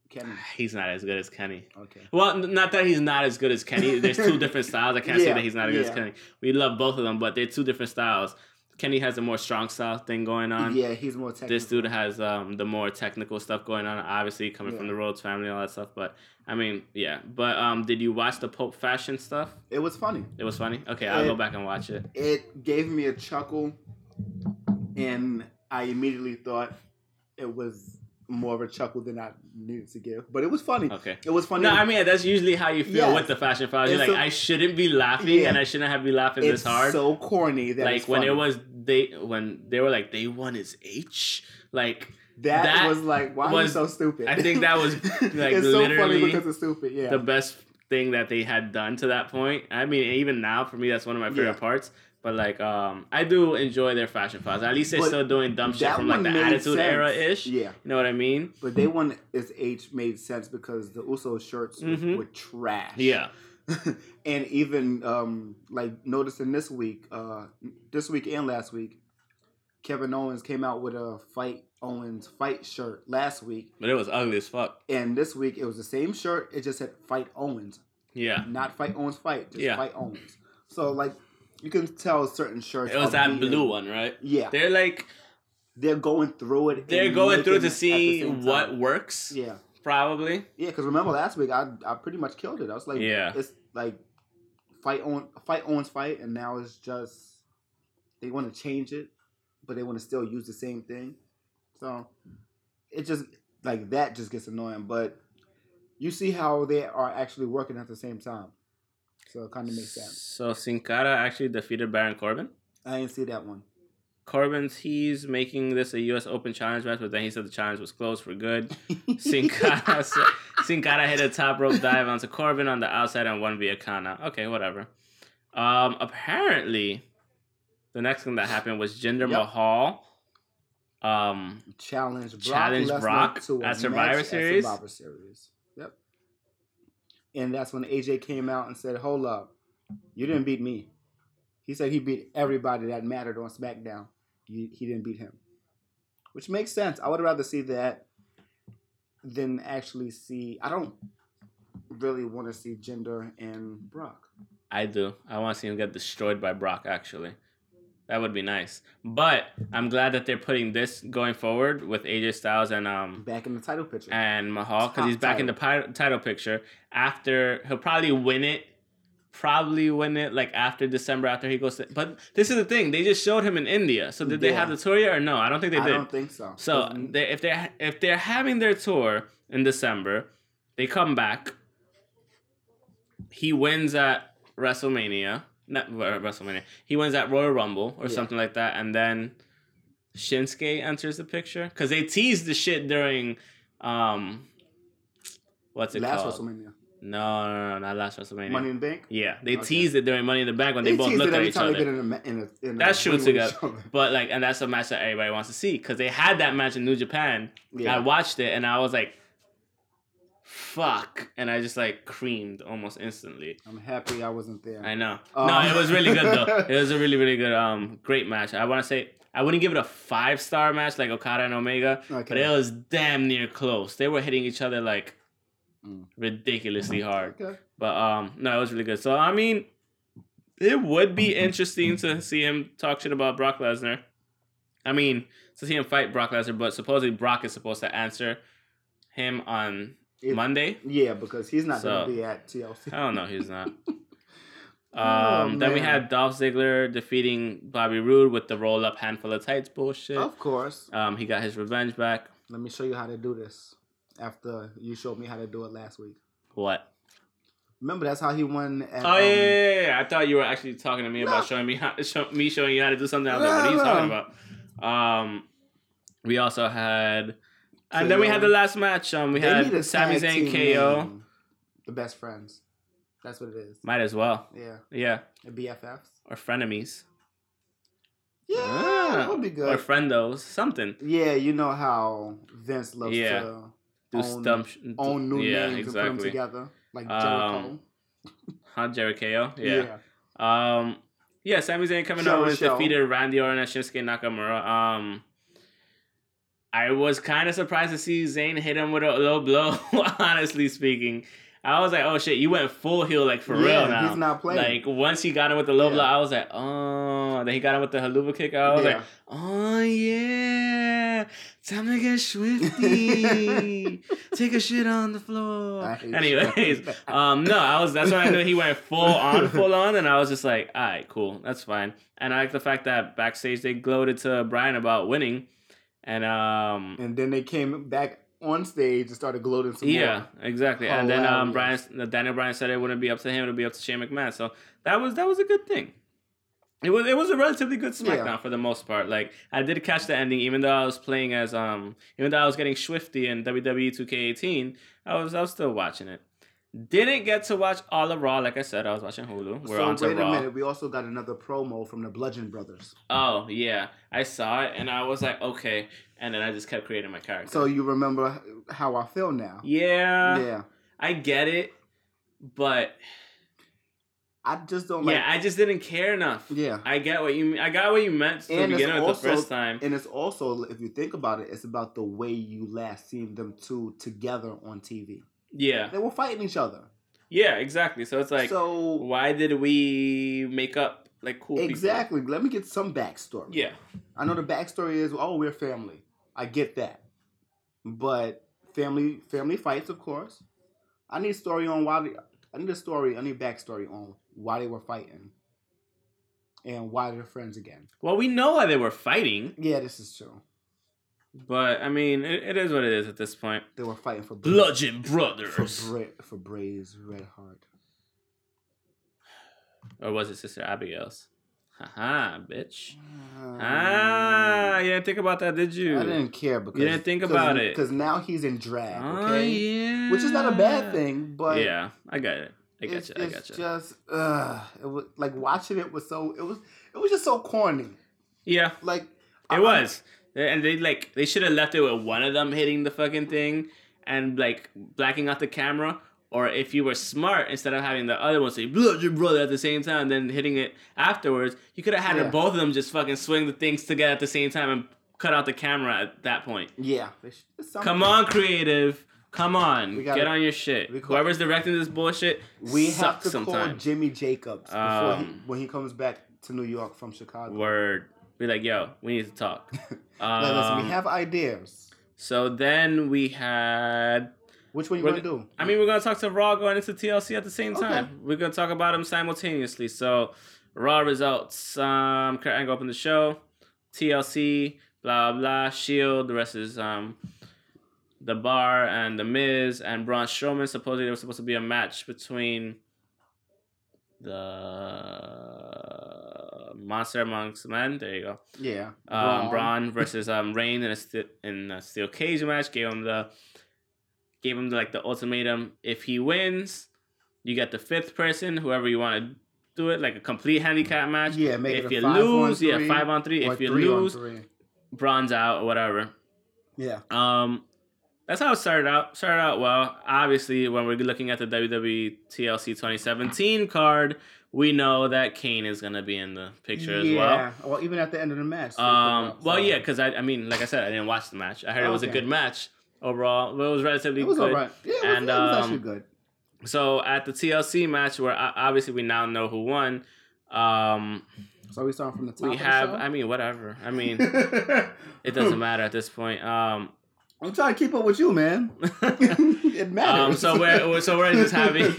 Speaker 2: Kenny.
Speaker 1: He's not as good as Kenny.
Speaker 2: Okay.
Speaker 1: Well, n- not that he's not as good as Kenny. There's two different styles. I can't say
Speaker 2: Yeah,
Speaker 1: that he's not as good as
Speaker 2: yeah.
Speaker 1: Kenny. We love both of them, but they're two different styles. Kenny has a more strong style thing going on.
Speaker 2: yeah, he's more technical.
Speaker 1: This dude has um, the more technical stuff going on, obviously coming from
Speaker 2: Yeah.
Speaker 1: the Rhodes family, all that stuff. But I mean, yeah. But um, did you watch the Pope fashion stuff?
Speaker 2: It was funny.
Speaker 1: It was funny. Okay, I'll
Speaker 2: Uh,
Speaker 1: go back and watch it.
Speaker 2: It gave me a chuckle, and I immediately thought it was more of a chuckle than I needed to give. But it was funny.
Speaker 1: Okay.
Speaker 2: It was funny.
Speaker 1: No, I mean that's usually how you feel
Speaker 2: Yes.
Speaker 1: with the fashion files. You're
Speaker 2: It's
Speaker 1: like,
Speaker 2: so-
Speaker 1: I shouldn't be laughing,
Speaker 2: Yeah.
Speaker 1: and I shouldn't have been laughing this
Speaker 2: it's
Speaker 1: hard.
Speaker 2: so corny that
Speaker 1: like
Speaker 2: it's
Speaker 1: when it
Speaker 2: funny.
Speaker 1: was they when they were like they won is H like
Speaker 2: that,
Speaker 1: that
Speaker 2: was like why
Speaker 1: was-
Speaker 2: was, so stupid.
Speaker 1: I think that was, like,
Speaker 2: it's so
Speaker 1: literally
Speaker 2: funny because it's stupid. Yeah,
Speaker 1: the best thing that they had done to that point. I mean, even now for me, that's one of my favorite
Speaker 2: Yeah.
Speaker 1: parts. But like, um, I do enjoy their fashion files. At least they're
Speaker 2: But
Speaker 1: still doing dumb shit
Speaker 2: That
Speaker 1: from like
Speaker 2: one
Speaker 1: the
Speaker 2: made
Speaker 1: Attitude
Speaker 2: sense.
Speaker 1: Era ish.
Speaker 2: Yeah,
Speaker 1: You know what I mean?
Speaker 2: but they one is H made sense because the Uso shirts were-
Speaker 1: Mhm.
Speaker 2: were trash.
Speaker 1: Yeah.
Speaker 2: and even um like noticing this week, uh this week and last week, Kevin Owens came out with a fight Owens fight shirt last week,
Speaker 1: But it was ugly as fuck.
Speaker 2: and this week it was the same shirt. It just said fight Owens,
Speaker 1: Yeah.
Speaker 2: not fight Owens fight, just
Speaker 1: Yeah.
Speaker 2: fight Owens. So like you can tell certain shirts.
Speaker 1: It was
Speaker 2: are
Speaker 1: that
Speaker 2: beaten.
Speaker 1: blue one, right?
Speaker 2: Yeah,
Speaker 1: They're like
Speaker 2: they're going through it.
Speaker 1: they're
Speaker 2: and
Speaker 1: going through
Speaker 2: making it
Speaker 1: to
Speaker 2: at the
Speaker 1: see
Speaker 2: same time.
Speaker 1: what works.
Speaker 2: Yeah.
Speaker 1: Probably.
Speaker 2: Yeah, because remember last week I I pretty much killed it. I was like,
Speaker 1: Yeah.
Speaker 2: it's like fight on fight Owens fight, and now it's just they want to change it, but they want to still use the same thing. So it just like that just gets annoying. But you see how they are actually working at the same time, so it kind of makes sense.
Speaker 1: So Sin Cara actually defeated Baron Corbin.
Speaker 2: I didn't see that one.
Speaker 1: Corbin's he's making this a U.S. Open challenge match, but then he said the challenge was closed for good. Sin Cara, Sin Cara hit a top rope dive onto Corbin on the outside and one via Kana. Okay, whatever. Um, apparently, the next thing that happened was Jinder
Speaker 2: Yep.
Speaker 1: Mahal. Um,
Speaker 2: Challenge Brock
Speaker 1: Challenge
Speaker 2: Lesnar
Speaker 1: Brock
Speaker 2: to a
Speaker 1: at Survivor
Speaker 2: match at
Speaker 1: Series?
Speaker 2: Survivor Series. Yep. And that's when AJ came out and said, "Hold up, you didn't beat me." He said he beat everybody that mattered on SmackDown. He, he didn't beat him, which makes sense. I would rather see that than actually see. I don't really want to see Gender and Brock.
Speaker 1: I do. I want to see him get destroyed by Brock. Actually, that would be nice. But I'm glad that they're putting this going forward with AJ Styles and um
Speaker 2: Back in the title picture.
Speaker 1: and Mahal because he's
Speaker 2: Top
Speaker 1: back in the pi- title picture. After he'll probably win it, probably win it like after December after he goes. To, but this is the thing; they just showed him in India. So did they
Speaker 2: Yeah.
Speaker 1: have the tour yet or no? I don't think they
Speaker 2: I
Speaker 1: did.
Speaker 2: don't think so. Mm-hmm.
Speaker 1: so they, if they are if they're having their tour in December, they come back. He wins at WrestleMania, not uh, WrestleMania. He wins at Royal Rumble or
Speaker 2: Yeah.
Speaker 1: something like that, and then Shinsuke enters the picture because they teased the shit during, um, what's it
Speaker 2: last
Speaker 1: called?
Speaker 2: WrestleMania,
Speaker 1: No, no, no, not last WrestleMania.
Speaker 2: Money in the Bank.
Speaker 1: yeah, they
Speaker 2: Okay.
Speaker 1: teased it during Money in the Bank when they, both
Speaker 2: teased
Speaker 1: looked
Speaker 2: it
Speaker 1: at
Speaker 2: every
Speaker 1: each
Speaker 2: time
Speaker 1: other.
Speaker 2: they did it in a- in a- in a
Speaker 1: That's true
Speaker 2: ring with
Speaker 1: together.
Speaker 2: each other.
Speaker 1: But like, and that's a match that everybody wants to see because they had that match in New Japan.
Speaker 2: Yeah.
Speaker 1: I watched it and I was like, "Fuck!" and I just like creamed almost instantly.
Speaker 2: I'm happy I wasn't there.
Speaker 1: I know. no,
Speaker 2: Um.
Speaker 1: it was really good though. It was a really, really good, um, great match. I want to say I wouldn't give it a five star match like Okada and Omega, but
Speaker 2: okay.
Speaker 1: it was damn near close. They were hitting each other like
Speaker 2: Mm.
Speaker 1: ridiculously hard.
Speaker 2: okay.
Speaker 1: But um, no, it was really good. So I mean, It would be
Speaker 2: Mm-hmm.
Speaker 1: interesting to see him talk shit about Brock Lesnar. I mean, to see him fight Brock Lesnar, but supposedly Brock is supposed to answer him on
Speaker 2: It-
Speaker 1: Monday.
Speaker 2: Yeah, because he's not going
Speaker 1: So-
Speaker 2: to be at TLC.
Speaker 1: I don't know, he's not.
Speaker 2: Oh,
Speaker 1: Um, then we
Speaker 2: man.
Speaker 1: had Dolph Ziggler defeating Bobby Roode with the roll up handful of tights bullshit.
Speaker 2: Of course.
Speaker 1: Um, he got his revenge back.
Speaker 2: Let me show you how to do this after you showed me how to do it last week.
Speaker 1: What?
Speaker 2: Remember, that's how he won at.
Speaker 1: Oh
Speaker 2: um,
Speaker 1: yeah, yeah, yeah, yeah. I thought you were actually talking to me
Speaker 2: No.
Speaker 1: about showing me how, show, me showing you how to do something. I was like, what are you
Speaker 2: No,
Speaker 1: talking
Speaker 2: no.
Speaker 1: about? Um, we also had, and then we had
Speaker 2: KO.
Speaker 1: the last match. Um, we
Speaker 2: They need a
Speaker 1: had Sami
Speaker 2: tag
Speaker 1: Zayn
Speaker 2: team
Speaker 1: KO.
Speaker 2: name. The best friends. That's what it is.
Speaker 1: Might as well,
Speaker 2: Yeah.
Speaker 1: yeah,
Speaker 2: The BFFs.
Speaker 1: or frenemies,
Speaker 2: Yeah.
Speaker 1: Ah.
Speaker 2: that would be
Speaker 1: or
Speaker 2: good.
Speaker 1: friendos, something.
Speaker 2: yeah, you know how Vince loves
Speaker 1: Yeah.
Speaker 2: to
Speaker 1: Do
Speaker 2: Own-
Speaker 1: stump,
Speaker 2: own new
Speaker 1: yeah,
Speaker 2: names and put them
Speaker 1: exactly.
Speaker 2: together. Like
Speaker 1: Um,
Speaker 2: Jericho.
Speaker 1: Huh, Jerry KO, yeah. Um, yeah, Sami Zayn coming
Speaker 2: Show
Speaker 1: over
Speaker 2: and
Speaker 1: and
Speaker 2: show.
Speaker 1: defeated Randy Orton and Shinsuke Nakamura. Um, I was kind of surprised to see Zayn hit him with a low blow. honestly speaking, I was like, "Oh shit, you went full heel like for
Speaker 2: Yeah,
Speaker 1: real now."
Speaker 2: He's not playing.
Speaker 1: like once he got him with the low
Speaker 2: Yeah.
Speaker 1: blow, I was like, "Oh." Then he got him with the haluva kick. I was
Speaker 2: Yeah.
Speaker 1: like, "Oh yeah, time to get swifty, take a shit on the floor."
Speaker 2: I hate
Speaker 1: Anyways,
Speaker 2: you.
Speaker 1: um, no, I was. That's when I knew he went full on, full on, and I was just like, all right, cool, that's fine. And I like the fact that backstage they gloated to Brian about winning, and um,
Speaker 2: and then they came back on stage and started gloating some
Speaker 1: yeah,
Speaker 2: more.
Speaker 1: exactly. And then um, Brian,
Speaker 2: Hilarious.
Speaker 1: Daniel Bryan said it wouldn't be up to him; it would be up to Shane McMahon. So that was that was a good thing. It was it was a relatively good SmackDown for the most part. Like I did catch the ending, even though I was playing as um, even though I was getting swifty in E WWE 2K18, I was I was still watching it. Didn't get to watch all of Raw, like I said. I was watching Hulu. We're
Speaker 2: so
Speaker 1: on to
Speaker 2: wait
Speaker 1: Raw.
Speaker 2: a minute. We also got another promo from the Bludgeon Brothers.
Speaker 1: Oh yeah, I saw it and I was like, okay. And then I just kept creating my character.
Speaker 2: So you remember how I feel now?
Speaker 1: yeah,
Speaker 2: yeah.
Speaker 1: I get it, but
Speaker 2: I just don't like.
Speaker 1: yeah, I just didn't care enough.
Speaker 2: yeah.
Speaker 1: I get what you mean. I got what you meant to
Speaker 2: And it's
Speaker 1: begin with
Speaker 2: also-
Speaker 1: the first time.
Speaker 2: And it's also, if you think about it, it's about the way you last seen them two together on TV.
Speaker 1: Yeah.
Speaker 2: They were fighting each other.
Speaker 1: Yeah, exactly. So it's like
Speaker 2: so
Speaker 1: why did we make up like cool people?
Speaker 2: exactly. Let me get some backstory.
Speaker 1: Yeah.
Speaker 2: I know the backstory is oh we're family. I get that, but family family fights of course. I need story on why they, I need a story. I need backstory on why they were fighting, and why they're friends again.
Speaker 1: Well, we know why they were fighting,
Speaker 2: Yeah, this is true.
Speaker 1: but I mean, it, it is what it is at this point.
Speaker 2: They were fighting for Bra-
Speaker 1: Bludgeon
Speaker 2: for
Speaker 1: Brothers.
Speaker 2: Bra- for Bray's red heart.
Speaker 1: Or was it Sister Abigail's? Haha, bitch. Ah, you didn't think about that, did you?
Speaker 2: Um, I didn't care because
Speaker 1: You didn't think about it.
Speaker 2: because now he's in drag,
Speaker 1: Oh,
Speaker 2: okay,
Speaker 1: yeah.
Speaker 2: which is not a bad thing, but
Speaker 1: yeah, I got it. I got
Speaker 2: it's,
Speaker 1: you. I
Speaker 2: it's
Speaker 1: got you.
Speaker 2: just uh, it was like watching it was so it was it was just so corny.
Speaker 1: yeah.
Speaker 2: Like
Speaker 1: It
Speaker 2: Uh-huh.
Speaker 1: was. And they like they should have left it with one of them hitting the fucking thing and like blacking out the camera. Or if you were smart, instead of having the other one say "blood your brother" at the same time, and then hitting it afterwards, you could have had
Speaker 2: Yeah.
Speaker 1: both of them just fucking swing the things together at the same time and cut out the camera at that point.
Speaker 2: Yeah, it's- it's something.
Speaker 1: Come on, creative. Come on,
Speaker 2: Um, We gotta-
Speaker 1: get on your shit.
Speaker 2: we call-
Speaker 1: Whoever's directing this bullshit
Speaker 2: we have
Speaker 1: sucks
Speaker 2: to call
Speaker 1: sometimes.
Speaker 2: Jimmy Jacobs before he,
Speaker 1: Um,
Speaker 2: when he comes back to New York from Chicago.
Speaker 1: Word, be like, yo, we need to talk.
Speaker 2: Like, listen,
Speaker 1: Um,
Speaker 2: we have ideas.
Speaker 1: so then we had
Speaker 2: Which one you
Speaker 1: we're
Speaker 2: gonna do?
Speaker 1: I mean, we're gonna talk to Raw going into TLC at the same
Speaker 2: Okay.
Speaker 1: time. We're gonna talk about them simultaneously. So, Raw results. Um, Kurt Angle opened the show. TLC, blah blah. Shield. E The rest is um, the Bar and the Miz and Braun Strowman. Supposedly there was supposed to be a match between the Monster Amongst Men. There you go.
Speaker 2: yeah,
Speaker 1: Um,
Speaker 2: Braun.
Speaker 1: Braun versus um Reign in a sti- in a steel cage match. Gave him the gave him like the ultimatum. If he wins, you get the fifth person, whoever you want to do it, like a complete handicap match.
Speaker 2: Yeah, make
Speaker 1: if
Speaker 2: it a
Speaker 1: you
Speaker 2: five on
Speaker 1: lose, yeah,
Speaker 2: three
Speaker 1: five on three.
Speaker 2: or
Speaker 1: If you
Speaker 2: three on
Speaker 1: lose,
Speaker 2: three.
Speaker 1: Braun's out or whatever.
Speaker 2: yeah,
Speaker 1: Um, that's how it started out. Started out well. Obviously, when we're looking at the E WWE TLC 2017 card, we know that Kane is gonna be in the picture as well.
Speaker 2: yeah. well. even at the end of the match. they put it
Speaker 1: Um,
Speaker 2: up,
Speaker 1: well,
Speaker 2: so- Oh,
Speaker 1: yeah, because I, I mean, like I said, I didn't watch the match. I heard it was a
Speaker 2: Okay.
Speaker 1: good match overall, but it was relatively
Speaker 2: it was
Speaker 1: good.
Speaker 2: alright. Yeah, it was,
Speaker 1: And,
Speaker 2: it was
Speaker 1: um,
Speaker 2: actually good.
Speaker 1: So at the TLC match, where o- obviously we now know who won, Um,
Speaker 2: So we starting from the top.
Speaker 1: we
Speaker 2: of the
Speaker 1: have.
Speaker 2: show?
Speaker 1: I mean, whatever. I mean, it doesn't matter at this point. Um,
Speaker 2: I'm trying to keep up with you, man. it matters.
Speaker 1: um so we're we're- so we're just having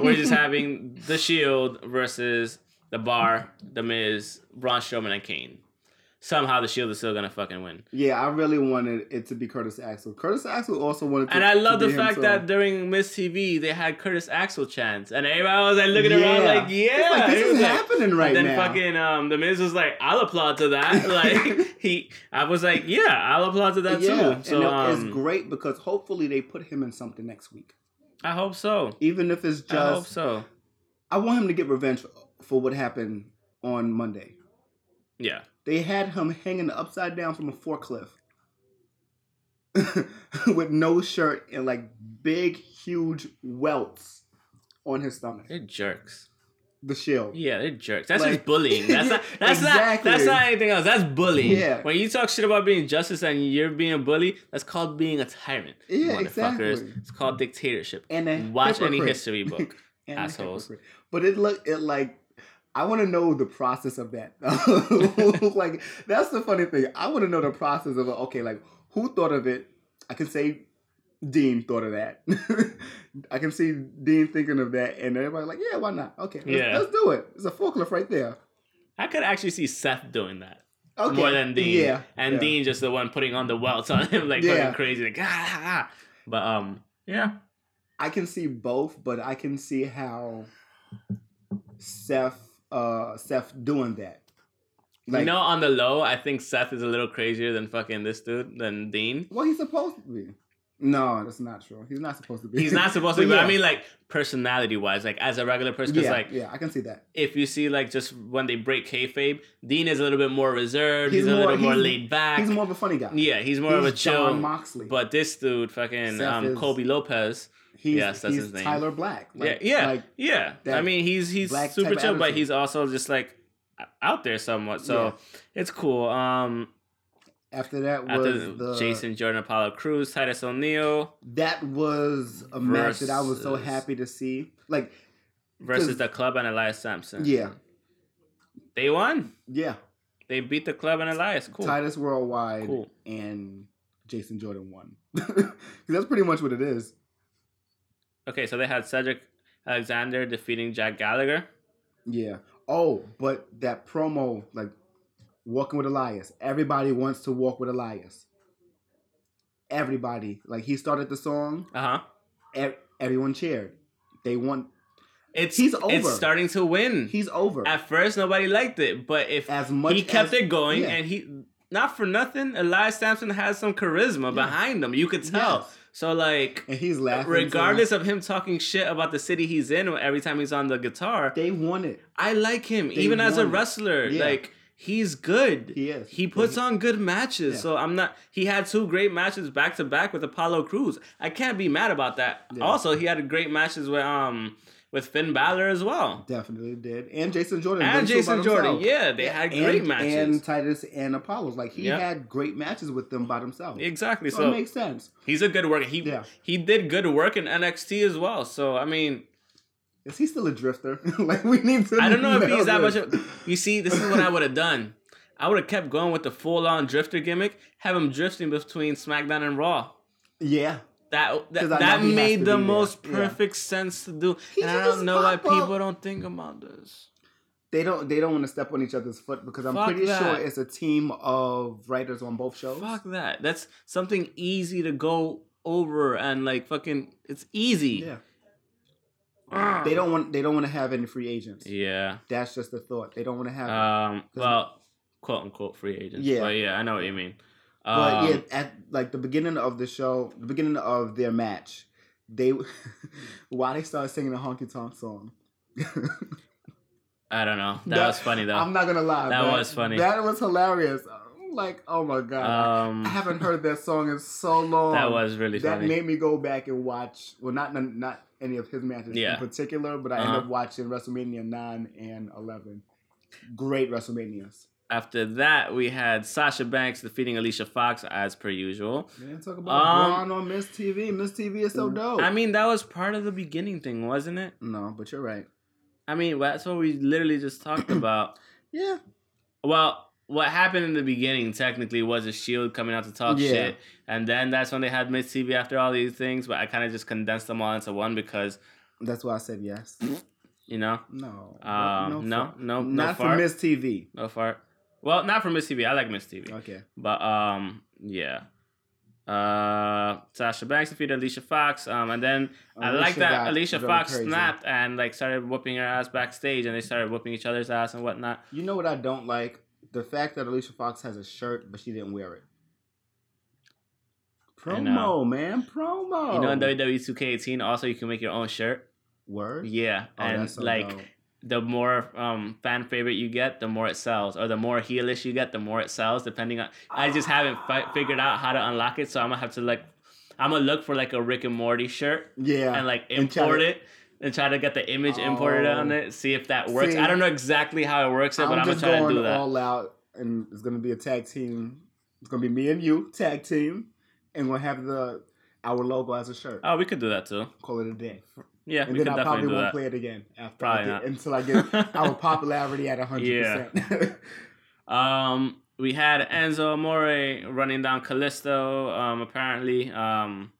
Speaker 1: we're just having the Shield versus the Bar, the Miz, Braun Strowman, and Kane. Somehow the Shield is still gonna fucking win.
Speaker 2: Yeah, I really wanted it to be Curtis Axel. Curtis Axel also wanted. To,
Speaker 1: And I love
Speaker 2: to
Speaker 1: the
Speaker 2: be
Speaker 1: fact
Speaker 2: himself.
Speaker 1: that during Miss TV they had Curtis Axel chants, and everybody was like looking around
Speaker 2: Yeah.
Speaker 1: like, "Yeah,
Speaker 2: It's like,
Speaker 1: It
Speaker 2: this
Speaker 1: was
Speaker 2: is
Speaker 1: like-
Speaker 2: happening right
Speaker 1: then
Speaker 2: now.
Speaker 1: fucking um, the Miz was like, "I'll applaud to that." Like he, I was like, "Yeah, I'll applaud to that
Speaker 2: yeah,
Speaker 1: too." So
Speaker 2: and it-
Speaker 1: um,
Speaker 2: it's great because hopefully they put him in something next week,
Speaker 1: I hope so.
Speaker 2: even if it's just.
Speaker 1: I hope so.
Speaker 2: I want him to get revenge for what happened on Monday.
Speaker 1: Yeah,
Speaker 2: They had him hanging upside down from a forklift with no shirt and like big, huge welts on his stomach.
Speaker 1: they're jerks.
Speaker 2: The shield.
Speaker 1: Yeah, they're jerks. That's
Speaker 2: Like-
Speaker 1: just bullying. That's not. That's
Speaker 2: Exactly.
Speaker 1: not. That's not anything else. That's bullying.
Speaker 2: Yeah.
Speaker 1: When you talk shit about being justice and you're being bullied, that's called being a tyrant.
Speaker 2: Yeah,
Speaker 1: motherfuckers.
Speaker 2: exactly.
Speaker 1: It's called dictatorship.
Speaker 2: And a
Speaker 1: Watch any
Speaker 2: hypocrite.
Speaker 1: history book.
Speaker 2: And a
Speaker 1: Assholes.
Speaker 2: hypocrite. But it look it like I want to know the process of that. like that's the funny thing. I want to know the process of okay, like who thought of it? I can say Dean thought of that. I can see Dean thinking of that, and everybody's like, "Yeah, why not? Okay, let's,
Speaker 1: Yeah.
Speaker 2: let's do it." It's a forklift right there.
Speaker 1: I could actually see Seth doing that.
Speaker 2: Okay,
Speaker 1: more than Dean.
Speaker 2: Yeah,
Speaker 1: And
Speaker 2: yeah.
Speaker 1: Dean just the one putting on the welts on him, like
Speaker 2: Yeah.
Speaker 1: fucking crazy, like ah, ah, ah. But um, yeah,
Speaker 2: I can see both, but I can see how Seth, uh, Seth doing that.
Speaker 1: you know, on the low, I think Seth is a little crazier than fucking this dude than Dean.
Speaker 2: Well, he's supposed to be. No, that's not true. He's not supposed to be.
Speaker 1: He's not supposed to, be, but
Speaker 2: But yeah.
Speaker 1: I mean, like personality wise, like as a regular person, because
Speaker 2: yeah,
Speaker 1: like
Speaker 2: yeah, I can see that.
Speaker 1: if you see like just when they break kayfabe, Dean is a little bit more reserved.
Speaker 2: He's
Speaker 1: He's, a little
Speaker 2: more-
Speaker 1: bit more
Speaker 2: he's-
Speaker 1: laid back.
Speaker 2: He's more of a funny guy.
Speaker 1: yeah, he's more
Speaker 2: he's
Speaker 1: of a
Speaker 2: John
Speaker 1: chill.
Speaker 2: Moxley.
Speaker 1: But this dude, fucking
Speaker 2: Seth
Speaker 1: um,
Speaker 2: is-
Speaker 1: Kobe Lopez,
Speaker 2: he's,
Speaker 1: yes, that's
Speaker 2: he's
Speaker 1: his name.
Speaker 2: Tyler Black.
Speaker 1: yeah, yeah,
Speaker 2: Like,
Speaker 1: yeah.
Speaker 2: that
Speaker 1: I mean, he's he's
Speaker 2: black
Speaker 1: super
Speaker 2: type
Speaker 1: chill,
Speaker 2: of
Speaker 1: but
Speaker 2: attitude.
Speaker 1: he's also just like out there somewhat. So it's cool. Um,
Speaker 2: after that was
Speaker 1: after
Speaker 2: the
Speaker 1: Jason Jordan, Apollo Cruz, Titus O'Neil
Speaker 2: That was a match that I was so
Speaker 1: Versus-
Speaker 2: happy to see. Like,
Speaker 1: versus
Speaker 2: Cause-
Speaker 1: the Club and Elias Sampson.
Speaker 2: Yeah.
Speaker 1: they won.
Speaker 2: yeah,
Speaker 1: They beat the Club and Elias. Cool.
Speaker 2: Titus Worldwide
Speaker 1: Cool.
Speaker 2: and Jason Jordan won. 'Cause that's pretty much what it is.
Speaker 1: Okay, so they had Cedric Alexander defeating Jack Gallagher.
Speaker 2: Yeah. Oh, but that promo, like walking with Elias. Everybody wants to walk with Elias. Everybody, like he started the song,
Speaker 1: Uh huh.
Speaker 2: ev- everyone cheered. They want.
Speaker 1: It's
Speaker 2: He's over.
Speaker 1: It's starting to win.
Speaker 2: He's over.
Speaker 1: At first, nobody liked it, but if
Speaker 2: as much
Speaker 1: he kept
Speaker 2: as,
Speaker 1: it going,
Speaker 2: yeah.
Speaker 1: and he not for nothing. Elias Sampson has some charisma behind him. You could tell.
Speaker 2: Yes.
Speaker 1: So like,
Speaker 2: and he's laughing. too.
Speaker 1: regardless of him talking shit about the city he's in every time he's on the guitar,
Speaker 2: they want it.
Speaker 1: I like him even as a
Speaker 2: want it.
Speaker 1: wrestler.
Speaker 2: Yeah.
Speaker 1: Like he's good.
Speaker 2: He is.
Speaker 1: He puts on good matches.
Speaker 2: Yeah.
Speaker 1: So I'm not. He had two great matches back to back with Apollo Cruz. I can't be mad about that.
Speaker 2: Yeah.
Speaker 1: Also, he had great matches with um with Finn Balor as well.
Speaker 2: Definitely did, and Jason Jordan
Speaker 1: And
Speaker 2: went through by
Speaker 1: Jason Jordan,
Speaker 2: himself.
Speaker 1: yeah, they had great
Speaker 2: and,
Speaker 1: matches.
Speaker 2: and Titus and Apollos. Like he
Speaker 1: Yeah.
Speaker 2: had great matches with them by themselves.
Speaker 1: exactly.
Speaker 2: So,
Speaker 1: So
Speaker 2: it makes sense.
Speaker 1: he's a good worker. He
Speaker 2: Yeah.
Speaker 1: he did good work in NXT as well. So I mean,
Speaker 2: Is he still a drifter? like we need to.
Speaker 1: I don't know if he's that much.
Speaker 2: this.
Speaker 1: Of, you see, this is what I would have done. I would have kept going with the full on drifter gimmick, have him drifting between SmackDown and Raw.
Speaker 2: Yeah.
Speaker 1: That
Speaker 2: 'Cause
Speaker 1: that,
Speaker 2: I know
Speaker 1: that
Speaker 2: he has to
Speaker 1: made
Speaker 2: be
Speaker 1: the
Speaker 2: there.
Speaker 1: most
Speaker 2: Yeah.
Speaker 1: perfect sense to do,
Speaker 2: He
Speaker 1: and
Speaker 2: should
Speaker 1: I
Speaker 2: just
Speaker 1: don't know why
Speaker 2: pop up.
Speaker 1: people don't think about this.
Speaker 2: They don't they don't want to step on each other's foot because I'm
Speaker 1: Fuck
Speaker 2: pretty
Speaker 1: that.
Speaker 2: sure it's a team of writers on both shows.
Speaker 1: Fuck that. That's something easy to go over and like fucking. It's easy.
Speaker 2: Yeah.
Speaker 1: Ugh.
Speaker 2: They don't want they don't want to have any free agents.
Speaker 1: Yeah.
Speaker 2: That's just the thought. They don't want to have it.
Speaker 1: Um.
Speaker 2: 'Cause-
Speaker 1: Well, quote unquote free agents.
Speaker 2: Yeah.
Speaker 1: Yeah. But yeah, I know what you mean.
Speaker 2: But
Speaker 1: Um,
Speaker 2: yeah, at like the beginning of the show, the beginning of their match, they why they started singing a honky tonk song.
Speaker 1: I don't know. That,
Speaker 2: That-
Speaker 1: was funny though.
Speaker 2: I'm not gonna lie.
Speaker 1: That
Speaker 2: man.
Speaker 1: was funny.
Speaker 2: That was hilarious. I'm like, oh my god.
Speaker 1: um.
Speaker 2: I haven't heard that song in so long.
Speaker 1: That was really
Speaker 2: that
Speaker 1: funny.
Speaker 2: made me go back and watch. Well, not none- not any of his matches
Speaker 1: Yeah.
Speaker 2: in particular, but I
Speaker 1: Uh-huh.
Speaker 2: ended up watching WrestleMania nine and eleven. Great WrestleManias.
Speaker 1: After that, we had Sasha Banks defeating Alicia Fox as per usual.
Speaker 2: Man, talk about
Speaker 1: Um,
Speaker 2: Braun on Miss TV. Miss TV is so dope.
Speaker 1: I mean, that was part of the beginning thing, wasn't it?
Speaker 2: no, but you're right.
Speaker 1: I mean, well, that's what we literally just talked about.
Speaker 2: Yeah.
Speaker 1: Well, what happened in the beginning technically was a shield coming out to talk
Speaker 2: Yeah.
Speaker 1: shit, and then that's when they had Miss TV after all these things. But I kind of just condensed them all into one because
Speaker 2: That's why I said yes.
Speaker 1: you know,
Speaker 2: No.
Speaker 1: Mm-hmm. um, no,
Speaker 2: fart.
Speaker 1: no, no,
Speaker 2: Not for
Speaker 1: fart,
Speaker 2: Miss TV.
Speaker 1: no fart. Well, not for Miss TV. I like Miss TV.
Speaker 2: Okay.
Speaker 1: But um, yeah. Uh, Sasha Banks defeated Alicia Fox. Um, and then I like that
Speaker 2: got
Speaker 1: Alicia
Speaker 2: really
Speaker 1: Fox
Speaker 2: crazy.
Speaker 1: snapped and like started whooping her ass backstage, and they started whooping each other's ass and whatnot.
Speaker 2: You know what I don't like? The fact that Alicia Fox has a shirt, but she didn't wear it.
Speaker 1: I know.
Speaker 2: Promo, man. Promo.
Speaker 1: You know, in
Speaker 2: Oh.
Speaker 1: E WWE 2K18, also you can make your own shirt.
Speaker 2: Word?
Speaker 1: Yeah,
Speaker 2: Oh,
Speaker 1: and
Speaker 2: that's so
Speaker 1: like
Speaker 2: dope.
Speaker 1: the more um fan favorite you get, the more it sells, or the more heelish you get, the more it sells. Depending on, I just haven't fi- figured out how to unlock it, so I'm gonna have to like, I'm gonna look for like a Rick and Morty shirt.
Speaker 2: Yeah.
Speaker 1: and like
Speaker 2: And try to-
Speaker 1: import it and try to get the image imported
Speaker 2: Oh.
Speaker 1: on it. See if that works.
Speaker 2: See,
Speaker 1: I don't know exactly how it works, yet, but I'm gonna
Speaker 2: just
Speaker 1: try to
Speaker 2: going
Speaker 1: do that.
Speaker 2: all out, and it's gonna be a tag team. It's gonna be me and you tag team, and we'll have the our logo as a shirt.
Speaker 1: Oh, we could do that too.
Speaker 2: Call it a day,
Speaker 1: Yeah,
Speaker 2: and
Speaker 1: we
Speaker 2: then
Speaker 1: could
Speaker 2: I probably
Speaker 1: definitely do
Speaker 2: won't
Speaker 1: that.
Speaker 2: play it again after
Speaker 1: Probably
Speaker 2: I get,
Speaker 1: not.
Speaker 2: until I get our popularity at hundred percent.
Speaker 1: um, we had Enzo Amore running down Callisto. Um, apparently, um,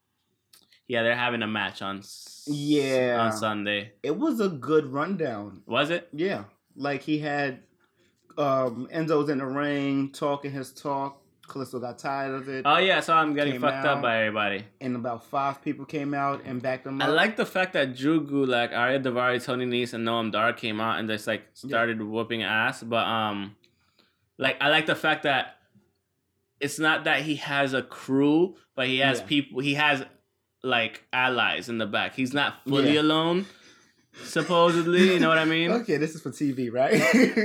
Speaker 1: yeah, they're having a match on s-
Speaker 2: Yeah.
Speaker 1: on Sunday.
Speaker 2: It was a good rundown.
Speaker 1: Was it?
Speaker 2: Yeah, like he had um Enzo's in the ring talking his talk. Callisto got tired of it,
Speaker 1: Oh yeah, so I'm getting
Speaker 2: Came
Speaker 1: fucked
Speaker 2: out.
Speaker 1: up by everybody.
Speaker 2: and about five people came out and backed him
Speaker 1: I
Speaker 2: up.
Speaker 1: like the fact that Drew Gulak, Arya Davari, Tony Nese, and Noam Dar came out and just like started whooping ass. But um, like I like the fact that it's not that he has a crew, but he has
Speaker 2: Yeah.
Speaker 1: people. He has like allies in the back. He's not fully
Speaker 2: Yeah.
Speaker 1: alone, supposedly. you know what I mean?
Speaker 2: Okay, this is for TV, right?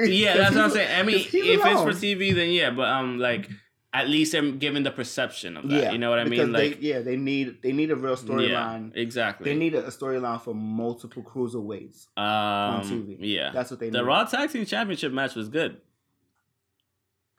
Speaker 1: Yeah, that's what I'm saying. I mean,
Speaker 2: Because he's
Speaker 1: if it's for
Speaker 2: alone.
Speaker 1: TV, then yeah. But um, like at least I'm given the perception of that. you know what I
Speaker 2: because
Speaker 1: mean?
Speaker 2: they-
Speaker 1: Like
Speaker 2: yeah, they need they need a real
Speaker 1: yeah,
Speaker 2: storyline.
Speaker 1: exactly.
Speaker 2: They need a, a storyline for multiple cruiserweights.
Speaker 1: um,
Speaker 2: TV.
Speaker 1: yeah.
Speaker 2: That's what they
Speaker 1: The
Speaker 2: need.
Speaker 1: Raw Tag Team Championship match was good.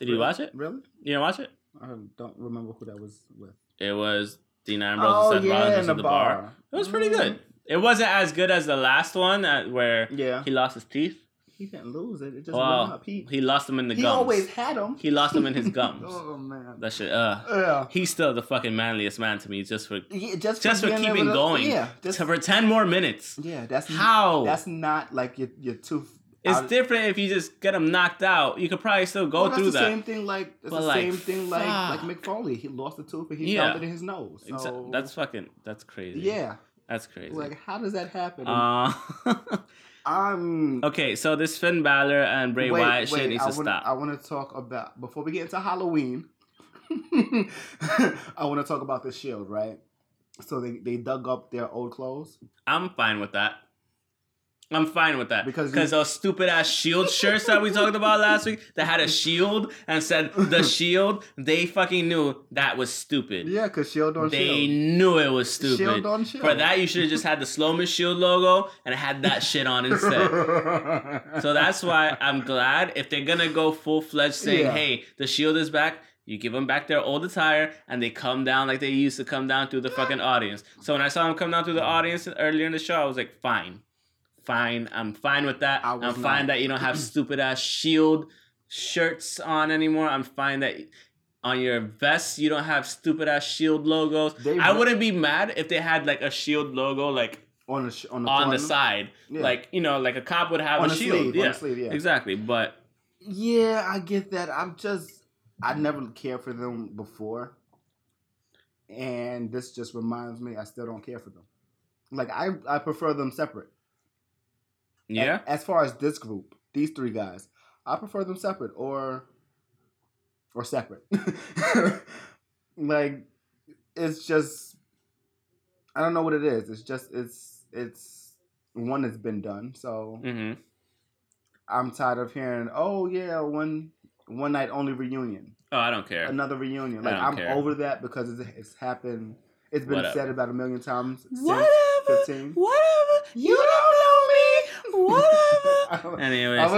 Speaker 1: Did you
Speaker 2: Really?
Speaker 1: watch it?
Speaker 2: Really?
Speaker 1: You didn't watch it?
Speaker 2: I don't remember who that was with. Oh,
Speaker 1: It was Dean Ambrose and Seth Rollins versus the bar. It was pretty good. It wasn't as good as the last one uh, where
Speaker 2: Yeah,
Speaker 1: he lost his teeth.
Speaker 2: he didn't lose it. It just
Speaker 1: Well,
Speaker 2: went up. He,
Speaker 1: He lost them in the
Speaker 2: he
Speaker 1: gums.
Speaker 2: always had them.
Speaker 1: He lost them in his gums.
Speaker 2: oh man.
Speaker 1: That shit. Uh,
Speaker 2: Yeah.
Speaker 1: he's still the fucking manliest man to me. Just for
Speaker 2: Yeah, just
Speaker 1: just for
Speaker 2: being
Speaker 1: keeping
Speaker 2: able to-
Speaker 1: going.
Speaker 2: Yeah. Just,
Speaker 1: for ten more minutes.
Speaker 2: yeah. That's
Speaker 1: How?
Speaker 2: That's not like your your tooth.
Speaker 1: it's
Speaker 2: out-
Speaker 1: different if you just get him knocked out. You could probably still go
Speaker 2: Well, that's
Speaker 1: through
Speaker 2: the
Speaker 1: that.
Speaker 2: Same thing like that's
Speaker 1: But,
Speaker 2: the
Speaker 1: like,
Speaker 2: same thing like like
Speaker 1: fuck.
Speaker 2: McFoley. He lost a tooth and he
Speaker 1: Yeah.
Speaker 2: found it in his nose. So
Speaker 1: Exa- that's fucking. That's crazy.
Speaker 2: yeah.
Speaker 1: that's crazy.
Speaker 2: Like how does that happen?
Speaker 1: Uh,
Speaker 2: I'm
Speaker 1: okay, so this Finn Balor and Bray
Speaker 2: wait,
Speaker 1: Wyatt shit
Speaker 2: wait,
Speaker 1: needs
Speaker 2: I
Speaker 1: to
Speaker 2: wanna,
Speaker 1: stop.
Speaker 2: I want to talk about before we get into Halloween. I want to talk about the Shield, right? So they, they dug up their old clothes.
Speaker 1: I'm fine with that. I'm fine with that
Speaker 2: Because
Speaker 1: because
Speaker 2: you-
Speaker 1: those stupid ass shield shirts that we talked about last week that had a shield and said the shield. They fucking knew that was stupid.
Speaker 2: Yeah, cause Shield E on
Speaker 1: They
Speaker 2: Shield.
Speaker 1: knew it was stupid.
Speaker 2: Shield E on Shield.
Speaker 1: For that, you should have just had the Slowman Shield logo and had that shit on instead. So that's why I'm glad if they're gonna go full fledged saying,
Speaker 2: Yeah.
Speaker 1: "Hey, the Shield is back." You give them back their old attire, and they come down like they used to come down through the fucking audience. So when I saw them come down through the audience earlier in the show, I was like, "Fine, fine, I'm fine with that.
Speaker 2: I
Speaker 1: I'm
Speaker 2: was
Speaker 1: fine
Speaker 2: not.
Speaker 1: that you don't have stupid ass Shield shirts on anymore. I'm fine that." On your vests, you don't have stupid ass shield logos.
Speaker 2: They
Speaker 1: I
Speaker 2: re-
Speaker 1: wouldn't be mad if they had like a shield logo like
Speaker 2: on the sh- on the
Speaker 1: on the
Speaker 2: corner.
Speaker 1: side,
Speaker 2: Yeah.
Speaker 1: like you know, like a cop would have
Speaker 2: on
Speaker 1: a
Speaker 2: the
Speaker 1: shield.
Speaker 2: sleeve,
Speaker 1: yeah.
Speaker 2: on the sleeve, yeah.
Speaker 1: Exactly, but
Speaker 2: Yeah, I get that. I'm just I never cared for them before. And this just reminds me I still don't care for them. Like I I prefer them separate.
Speaker 1: yeah,
Speaker 2: A- As far as this group, these three guys, I prefer them separate or or separate. like it's just I don't know what it is. It's just it's it's one that's been done. So
Speaker 1: hmm
Speaker 2: I'm tired of hearing, oh yeah, one one night only reunion,
Speaker 1: oh, I don't care.
Speaker 2: another reunion.
Speaker 1: I
Speaker 2: Like
Speaker 1: don't
Speaker 2: I'm
Speaker 1: care.
Speaker 2: over that because it's, it's happened. It's been
Speaker 1: Whatever.
Speaker 2: said about a million times since 15.
Speaker 1: whatever. You don't know me.
Speaker 2: I was-
Speaker 1: Anyways,
Speaker 2: I,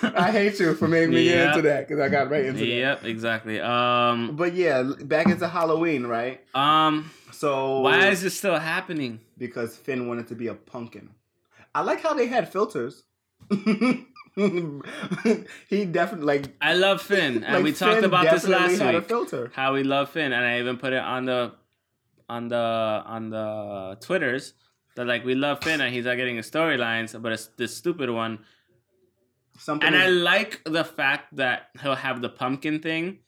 Speaker 2: was- I hate you for making me
Speaker 1: Yeah.
Speaker 2: get into that because I got right into that.
Speaker 1: yep, exactly. Um,
Speaker 2: But yeah, l- back into Halloween, right?
Speaker 1: um,
Speaker 2: So
Speaker 1: why is this still happening?
Speaker 2: because Finn wanted to be a pumpkin. I like how they had filters. he definitely like
Speaker 1: I love Finn, and
Speaker 2: like
Speaker 1: we talked
Speaker 2: Finn
Speaker 1: about this
Speaker 2: definitely
Speaker 1: last
Speaker 2: had a
Speaker 1: week.
Speaker 2: filter.
Speaker 1: How we love Finn, and I even put it on the on the on the twitters that like we love Finn, and he's not getting his storylines, but it's this stupid one.
Speaker 2: Something
Speaker 1: And I like the fact that he'll have the pumpkin thing.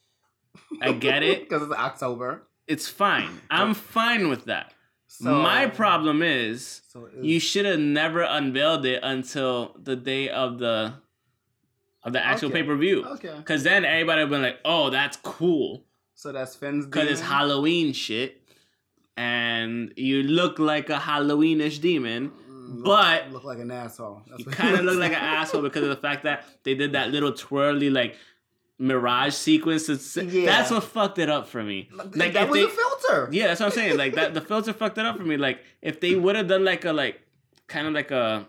Speaker 1: I get it.
Speaker 2: because it's October.
Speaker 1: It's fine. I'm fine with that.
Speaker 2: So um,
Speaker 1: My problem is
Speaker 2: So it's,
Speaker 1: you should have never unveiled it until the day of the of the actual
Speaker 2: Okay. Oh,
Speaker 1: pay per view.
Speaker 2: okay.
Speaker 1: Cause then everybody would been like, "Oh, that's cool,"
Speaker 2: So that's Finn's.
Speaker 1: cause it's
Speaker 2: demon.
Speaker 1: Halloween shit, and you look like a Halloweenish demon.
Speaker 2: Mm, look-
Speaker 1: but-
Speaker 2: look like an asshole. That's
Speaker 1: You
Speaker 2: what-
Speaker 1: kind of look like an asshole because of the fact that they did that little twirly like mirage sequence. It's,
Speaker 2: Yeah.
Speaker 1: That's what fucked it up for me. Like,
Speaker 2: that
Speaker 1: if
Speaker 2: was
Speaker 1: they-
Speaker 2: a filter.
Speaker 1: Yeah, that's what I'm saying. Like that, the filter fucked it up for me. Like if they would have done like a like kind of like a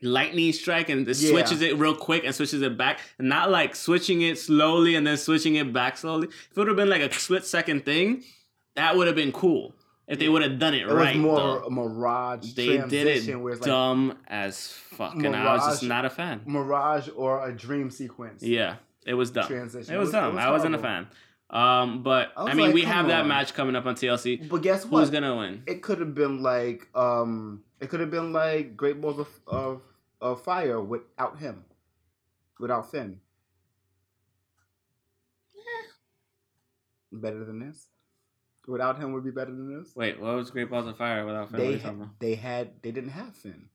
Speaker 1: lightning strike and it
Speaker 2: Yeah.
Speaker 1: switches it real quick and switches it back, and not like switching it slowly and then switching it back slowly. If it would have been like a split second thing, that would have been cool. If they would have done it,
Speaker 2: It
Speaker 1: right,
Speaker 2: was more
Speaker 1: though.
Speaker 2: a mirage
Speaker 1: they did
Speaker 2: transition
Speaker 1: it
Speaker 2: where it's like
Speaker 1: dumb as fuck, and I was just
Speaker 2: Mirage.
Speaker 1: not a fan.
Speaker 2: mirage or a dream sequence.
Speaker 1: Yeah, it was dumb.
Speaker 2: Transition.
Speaker 1: It was dumb. I wasn't a
Speaker 2: horrible.
Speaker 1: fan. Um, but
Speaker 2: I
Speaker 1: I,
Speaker 2: was
Speaker 1: mean,
Speaker 2: like,
Speaker 1: we
Speaker 2: come
Speaker 1: have that
Speaker 2: on.
Speaker 1: match coming up on TLC.
Speaker 2: But guess what?
Speaker 1: Who's gonna win?
Speaker 2: it could have been like um it could have been like Great Balls of, of of Fire without him. Without Finn.
Speaker 1: Eh.
Speaker 2: Better than this? Without him would be better than this?
Speaker 1: Wait, what was Great Balls of Fire without Finn? What are
Speaker 2: they
Speaker 1: you talking
Speaker 2: ha-
Speaker 1: about?
Speaker 2: they had they didn't have Finn.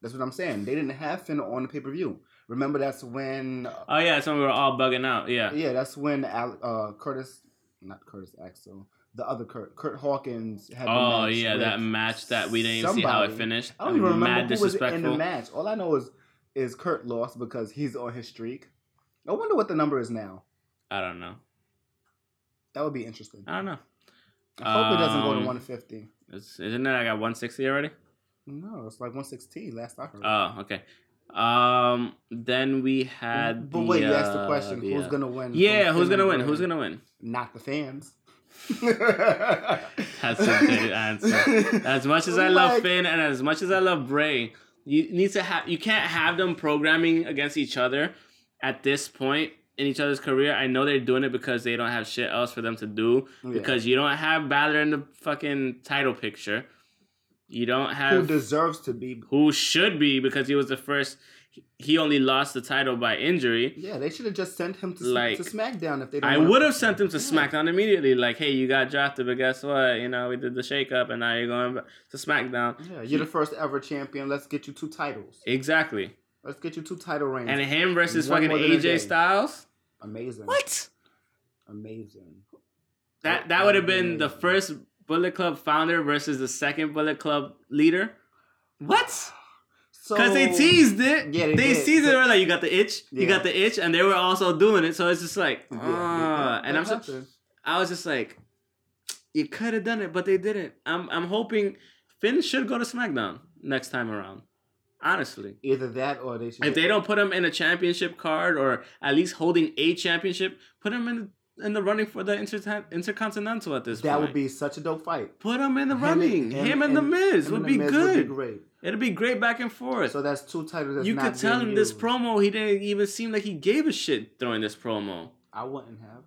Speaker 2: That's what I'm saying. They didn't have Finn on the pay per view. Remember that's when
Speaker 1: Oh yeah, so we were all bugging out. Yeah,
Speaker 2: yeah that's when Al- uh Curtis not Curtis Axel the other Kurt Kurt Hawkins had the
Speaker 1: Oh
Speaker 2: match
Speaker 1: yeah,
Speaker 2: with
Speaker 1: that match that we didn't even see how it
Speaker 2: somebody.
Speaker 1: finished.
Speaker 2: I don't even remember
Speaker 1: Mad
Speaker 2: who was in
Speaker 1: disrespectful.
Speaker 2: the match. All I know is is Kurt lost because he's on his streak. I wonder what the number is now.
Speaker 1: I don't know.
Speaker 2: That would be interesting.
Speaker 1: I don't know.
Speaker 2: I hope it doesn't go to
Speaker 1: Um,
Speaker 2: 150.
Speaker 1: It's, isn't it? I got 160 already.
Speaker 2: No, it's like 116 last I heard.
Speaker 1: Oh okay. Um. Then we had.
Speaker 2: but
Speaker 1: the,
Speaker 2: wait, you asked
Speaker 1: uh,
Speaker 2: the question:
Speaker 1: the,
Speaker 2: Who's
Speaker 1: uh,
Speaker 2: gonna win?
Speaker 1: Yeah,
Speaker 2: from
Speaker 1: who's
Speaker 2: Finn
Speaker 1: gonna
Speaker 2: and
Speaker 1: win?
Speaker 2: Bray?
Speaker 1: Who's gonna win?
Speaker 2: Not the fans.
Speaker 1: That's a good answer. As much as I love
Speaker 2: Like-
Speaker 1: Finn and as much as I love Bray, you need to have you can't have them programming against each other at this point in each other's career. I know they're doing it because they don't have shit else for them to do.
Speaker 2: Yeah.
Speaker 1: Because you don't have Balor in the fucking title picture. You don't
Speaker 2: who
Speaker 1: have
Speaker 2: deserves to be?
Speaker 1: who should be because he was the first. He only lost the title by injury.
Speaker 2: Yeah, they should have just sent him to,
Speaker 1: Like,
Speaker 2: to SmackDown if they. Don't
Speaker 1: I
Speaker 2: wanna-
Speaker 1: would have sent him to
Speaker 2: Yeah.
Speaker 1: SmackDown immediately. Like, hey, you got drafted, but guess what? You know, we did the shakeup, and now you're going back to SmackDown.
Speaker 2: Yeah, you're the first ever champion. Let's get you two titles.
Speaker 1: Exactly.
Speaker 2: Let's get you two title reigns.
Speaker 1: And him versus
Speaker 2: One
Speaker 1: fucking
Speaker 2: more than a day.
Speaker 1: AJ Styles.
Speaker 2: amazing.
Speaker 1: What?
Speaker 2: Amazing.
Speaker 1: That that would have been the first Bullet Club founder versus the second Bullet Club leader. What?
Speaker 2: So
Speaker 1: Because they teased it. Yeah,
Speaker 2: Yeah, they
Speaker 1: they,
Speaker 2: did.
Speaker 1: teased it. They were like, "You got the itch.
Speaker 2: Yeah.
Speaker 1: You got the itch," and they were also doing it. So it's just like,
Speaker 2: Yeah,
Speaker 1: ah.
Speaker 2: that-
Speaker 1: and
Speaker 2: that
Speaker 1: I'm so,
Speaker 2: happened.
Speaker 1: I was just like, you could have done it, but they didn't. I'm I'm hoping Finn should go to SmackDown next time around. Honestly.
Speaker 2: either that or they should.
Speaker 1: If they don't put him in a championship card or at least holding a championship, put him in in the running for the inter- intercontinental at this
Speaker 2: that
Speaker 1: point.
Speaker 2: would be such a dope fight.
Speaker 1: put him in the
Speaker 2: Him-
Speaker 1: running.
Speaker 2: him
Speaker 1: Him, and the
Speaker 2: and-
Speaker 1: Miz
Speaker 2: Him
Speaker 1: would
Speaker 2: and
Speaker 1: be
Speaker 2: Miz
Speaker 1: good.
Speaker 2: great.
Speaker 1: It'd be great back and forth.
Speaker 2: So that's two titles. That's
Speaker 1: you
Speaker 2: not
Speaker 1: could tell
Speaker 2: being
Speaker 1: in this
Speaker 2: used.
Speaker 1: promo he didn't even seem like he gave a shit during this promo.
Speaker 2: I wouldn't have.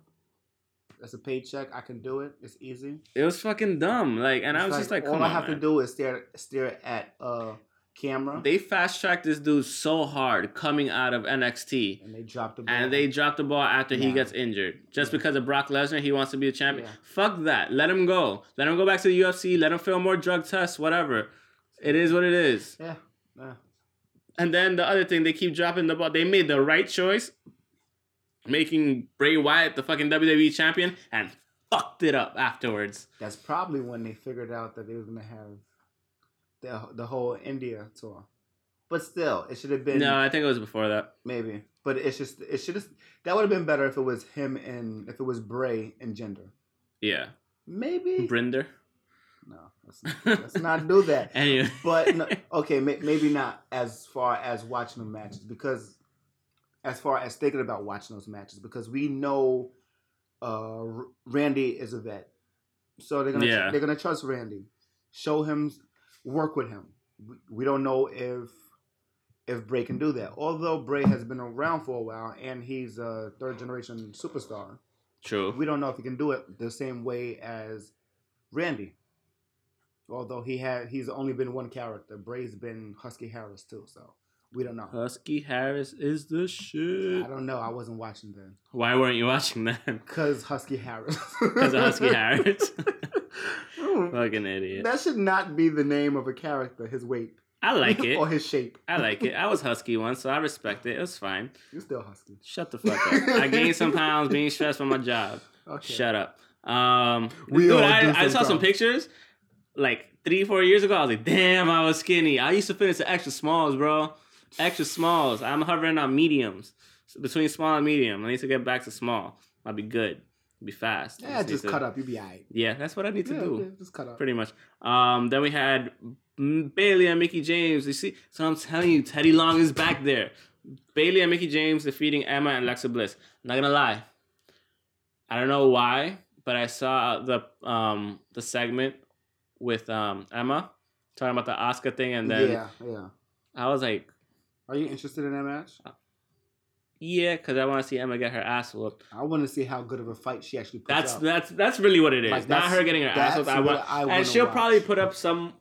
Speaker 2: That's a paycheck. I can do it. It's easy.
Speaker 1: It was fucking dumb. Like, and I
Speaker 2: It's
Speaker 1: was just like,
Speaker 2: all
Speaker 1: come
Speaker 2: I
Speaker 1: on,
Speaker 2: have to
Speaker 1: man.
Speaker 2: do is stare stare at uh camera.
Speaker 1: They fast tracked this dude so hard coming out of NXT.
Speaker 2: and they dropped the ball.
Speaker 1: And they dropped the ball after
Speaker 2: Yeah.
Speaker 1: he gets injured. Just
Speaker 2: Yeah.
Speaker 1: because of Brock Lesnar, he wants to be a champion.
Speaker 2: Yeah.
Speaker 1: Fuck that. Let him go. Let him go back to the UFC. Let him fail more drug tests, whatever. It is what it is.
Speaker 2: yeah. yeah.
Speaker 1: And then the other thing, they keep dropping the ball. They made the right choice, making Bray Wyatt the fucking WWE champion, and fucked it up afterwards.
Speaker 2: That's probably when they figured out that they was gonna have the the whole India tour. But still, it should have been
Speaker 1: No, I think it was before that.
Speaker 2: maybe. But it's just it should have that would have been better if it was him and if it was Bray and Gender.
Speaker 1: Yeah.
Speaker 2: Maybe
Speaker 1: Brinder.
Speaker 2: no. Let's not, let's not do that.
Speaker 1: Anyway.
Speaker 2: But no, okay, may, maybe not as far as watching the matches because as far as thinking about watching those matches because we know uh, R- Randy is a vet, so they're gonna
Speaker 1: Yeah.
Speaker 2: they're gonna trust Randy, show him, work with him. We, we don't know if if Bray can do that. Although Bray has been around for a while and he's a third generation superstar,
Speaker 1: True.
Speaker 2: we don't know if he can do it the same way as Randy. Although he had, he's only been one character. Bray's been Husky Harris too, so we don't know.
Speaker 1: Husky Harris is the shit.
Speaker 2: I don't know. I wasn't watching then
Speaker 1: Why weren't you watching that?
Speaker 2: because Husky Harris.
Speaker 1: Because of Husky Harris.
Speaker 2: Ooh,
Speaker 1: Fucking idiot.
Speaker 2: that should not be the name of a character. His weight,
Speaker 1: I like
Speaker 2: or
Speaker 1: it.
Speaker 2: his shape.
Speaker 1: I like it. I was husky once, so I respect it. It was fine.
Speaker 2: You're still Husky.
Speaker 1: Shut the fuck up. I gained some pounds being stressed by my job.
Speaker 2: Okay.
Speaker 1: Shut up. Um,
Speaker 2: We
Speaker 1: dude,
Speaker 2: all do
Speaker 1: I, I saw some
Speaker 2: sometimes.
Speaker 1: pictures like three, four years ago. I was like, damn, I was skinny. I used to fit into extra smalls, bro. Extra smalls. I'm hovering on mediums So between small and medium. I need to get back to small. I'll be good. be fast. I
Speaker 2: Yeah,
Speaker 1: need
Speaker 2: just
Speaker 1: to-
Speaker 2: cut up. You'll be alright.
Speaker 1: Yeah, that's what I need to
Speaker 2: Yeah,
Speaker 1: do.
Speaker 2: yeah, just cut up.
Speaker 1: Pretty much. Um, then we had Bailey and Mickey James. You see, so I'm telling you, Teddy Long is back there. Bailey and Mickey James defeating Emma and Alexa Bliss. Not gonna lie, I don't know why, but I saw the um the segment with um Emma talking about the Oscar thing, and then
Speaker 2: yeah, yeah.
Speaker 1: I was like,
Speaker 2: Are you interested in that match?
Speaker 1: yeah, because I want to see Emma get her ass whooped.
Speaker 2: I want to see how good of a fight she actually puts
Speaker 1: That's
Speaker 2: up.
Speaker 1: that's that's really what it is.
Speaker 2: Like,
Speaker 1: Not
Speaker 2: that's-
Speaker 1: her getting her ass
Speaker 2: that's
Speaker 1: whooped. I
Speaker 2: what
Speaker 1: want,
Speaker 2: I wanna
Speaker 1: and she'll
Speaker 2: watch.
Speaker 1: probably put up some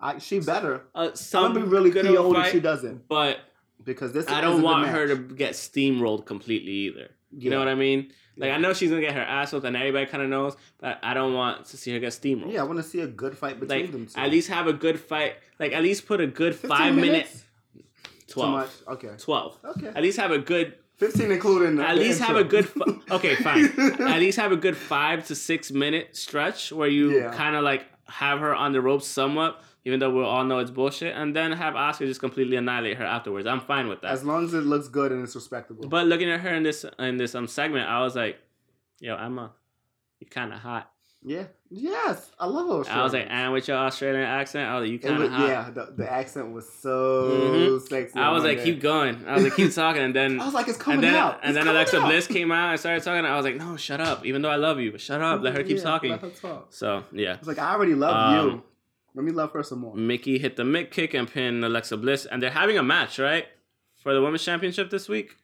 Speaker 2: I, she better.
Speaker 1: uh,
Speaker 2: I'm
Speaker 1: some
Speaker 2: gonna be really
Speaker 1: good of a
Speaker 2: PO'd if
Speaker 1: fight,
Speaker 2: she doesn't
Speaker 1: but.
Speaker 2: because this.
Speaker 1: I
Speaker 2: is a
Speaker 1: don't
Speaker 2: good
Speaker 1: want
Speaker 2: match.
Speaker 1: her to get steamrolled completely either. You
Speaker 2: Yeah.
Speaker 1: know what I mean? Like
Speaker 2: Yeah.
Speaker 1: I know she's gonna get her ass whooped, and everybody kind of knows, but I don't want to see her get steamrolled.
Speaker 2: Yeah, I want to see a good fight between
Speaker 1: like
Speaker 2: them two.
Speaker 1: at least have a good fight. Like at least put a good
Speaker 2: 15
Speaker 1: five minutes,
Speaker 2: Too much.
Speaker 1: 12,
Speaker 2: Okay.
Speaker 1: 12.
Speaker 2: Okay.
Speaker 1: At least have a good.
Speaker 2: Fifteen including. The,
Speaker 1: At
Speaker 2: the
Speaker 1: least have
Speaker 2: intro.
Speaker 1: a good. Fi- okay, fine. at least have a good five to six minute stretch where you
Speaker 2: Yeah.
Speaker 1: kind of like have her on the ropes somewhat, even though we all know it's bullshit, and then have Oscar just completely annihilate her afterwards. I'm fine with that.
Speaker 2: As long as it looks good and it's respectable.
Speaker 1: But looking at her in this in this um segment, I was like, "Yo, Emma, you kind of hot."
Speaker 2: yeah. Yes, I love her.
Speaker 1: I was like, "And with your Australian accent, I was like, you
Speaker 2: It
Speaker 1: kind
Speaker 2: was-
Speaker 1: of hot." Mm-hmm.
Speaker 2: yeah, the, the accent was so sexy.
Speaker 1: I was
Speaker 2: on
Speaker 1: like,
Speaker 2: that.
Speaker 1: "Keep going." I was like, "Keep talking," and then
Speaker 2: I was like, it's coming
Speaker 1: and then
Speaker 2: out.
Speaker 1: and
Speaker 2: It's
Speaker 1: then
Speaker 2: coming
Speaker 1: Alexa
Speaker 2: out.
Speaker 1: Bliss came out and started talking. I was like, "No, shut up." Even though I love you, but shut up. Let her keep
Speaker 2: Yeah,
Speaker 1: talking.
Speaker 2: Let her talk.
Speaker 1: So yeah,
Speaker 2: I was like, I already love
Speaker 1: Um, mm-hmm.
Speaker 2: you. Let me love her some more.
Speaker 1: Mickey hit the mid kick and pinned Alexa Bliss, and they're having a match right for the women's championship this week.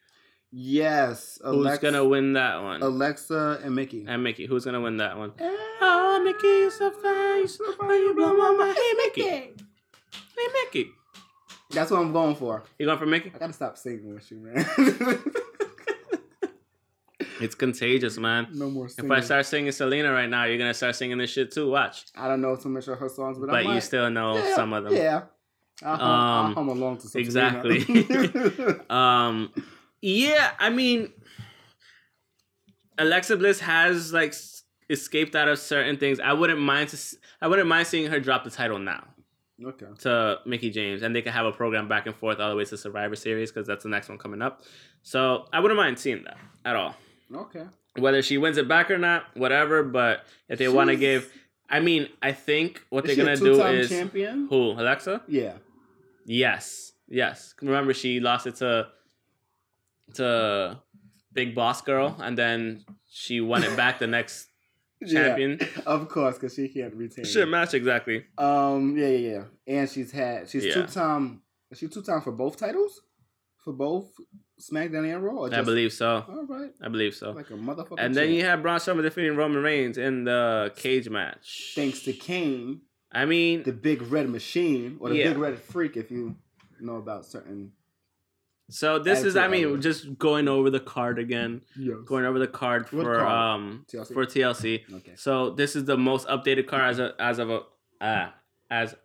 Speaker 2: Yes, Alexa,
Speaker 1: Who's gonna win that one?
Speaker 2: Alexa and Mickey.
Speaker 1: and Mickey, who's gonna win that one?
Speaker 2: Oh,
Speaker 1: Mickey, you're so fine. You're so fine. You blow my mind. Hey, Mickey. Hey, Mickey.
Speaker 2: That's what I'm going for.
Speaker 1: You going for Mickey?
Speaker 2: I gotta stop singing with you, man.
Speaker 1: It's contagious, man.
Speaker 2: no more
Speaker 1: If
Speaker 2: singing.
Speaker 1: I start singing Selena right now, you're gonna start singing this shit too. Watch.
Speaker 2: I don't know too much of her songs, but, I
Speaker 1: But
Speaker 2: might.
Speaker 1: you still know
Speaker 2: yeah,
Speaker 1: some of them.
Speaker 2: Yeah. I'll hum, I'll
Speaker 1: Um,
Speaker 2: hum along to some
Speaker 1: exactly.
Speaker 2: Selena.
Speaker 1: Um, yeah. I mean, Alexa Bliss has like s- escaped out of certain things. I wouldn't mind to. s- I wouldn't mind seeing her drop the title now.
Speaker 2: okay.
Speaker 1: to Mickey James, and they could have a program back and forth all the way to Survivor Series because that's the next one coming up. So I wouldn't mind seeing that at all.
Speaker 2: Okay.
Speaker 1: Whether she wins it back or not, whatever. But if they want to
Speaker 2: She's-
Speaker 1: give, I mean, I think what
Speaker 2: Is
Speaker 1: they're gonna
Speaker 2: she a
Speaker 1: do
Speaker 2: two-time
Speaker 1: is
Speaker 2: champion.
Speaker 1: who Alexa?
Speaker 2: Yeah.
Speaker 1: Yes, yes. Remember, she lost it to to Big Boss Girl, and then she won it back the next champion.
Speaker 2: Yeah. Of course, because she can't retain.
Speaker 1: Shit match exactly.
Speaker 2: Um. Yeah. Yeah. Yeah. And she's had. She's
Speaker 1: Yeah.
Speaker 2: two time. Is she two time for both titles? For both SmackDown and Raw. Or
Speaker 1: I
Speaker 2: just-
Speaker 1: believe so.
Speaker 2: All right.
Speaker 1: I believe so.
Speaker 2: Like a motherfucker.
Speaker 1: And then you have Braun Strowman defeating Roman Reigns in the cage match.
Speaker 2: thanks to Kane,
Speaker 1: I mean,
Speaker 2: the Big Red Machine or the
Speaker 1: Yeah.
Speaker 2: Big Red Freak, if you know about certain.
Speaker 1: so this is.
Speaker 2: Attitude
Speaker 1: I mean,
Speaker 2: Era.
Speaker 1: just going over the card again,
Speaker 2: Yes.
Speaker 1: going over the card
Speaker 2: What
Speaker 1: for
Speaker 2: card?
Speaker 1: um
Speaker 2: TLC?
Speaker 1: for TLC.
Speaker 2: Okay.
Speaker 1: So this is the most updated card as of as of a uh, as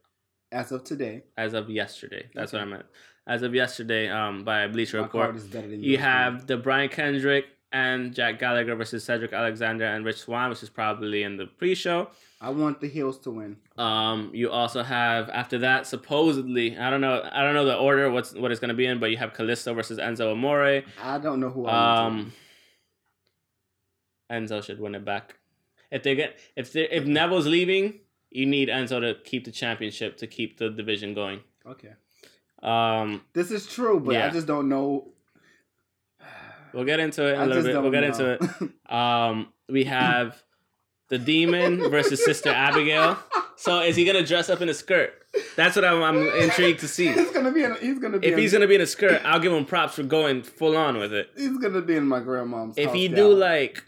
Speaker 2: As of today,
Speaker 1: as of yesterday. That's what I
Speaker 2: Okay.
Speaker 1: meant. As of yesterday, um, by Bleacher
Speaker 2: my card
Speaker 1: Report,
Speaker 2: is better than
Speaker 1: you
Speaker 2: yours,
Speaker 1: have the Brian Kendrick and Jack Gallagher versus Cedric Alexander and Rich Swan, which is probably in the pre-show.
Speaker 2: I want the heels to win.
Speaker 1: Um, you also have after that supposedly I don't know I don't know the order what's what it's gonna be in, but you have Callisto versus Enzo Amore.
Speaker 2: I don't know who. I want
Speaker 1: Um, Enzo should win it back. If they get if they if Neville's leaving, you need Enzo to keep the championship to keep the division going.
Speaker 2: to. Okay.
Speaker 1: Um,
Speaker 2: This is true, but
Speaker 1: Yeah.
Speaker 2: I just don't know.
Speaker 1: we'll get into it in
Speaker 2: I
Speaker 1: a little
Speaker 2: just
Speaker 1: bit.
Speaker 2: don't
Speaker 1: We'll get
Speaker 2: know.
Speaker 1: into it. Um, we have the Demon versus Sister Abigail. So is he gonna dress up in a skirt? That's what I'm, I'm intrigued to see.
Speaker 2: He's gonna be in. He's gonna be.
Speaker 1: If
Speaker 2: in,
Speaker 1: he's gonna be in a skirt, I'll give him props for going full on with it.
Speaker 2: he's gonna be in my grandma's.
Speaker 1: If
Speaker 2: house
Speaker 1: he
Speaker 2: down.
Speaker 1: do like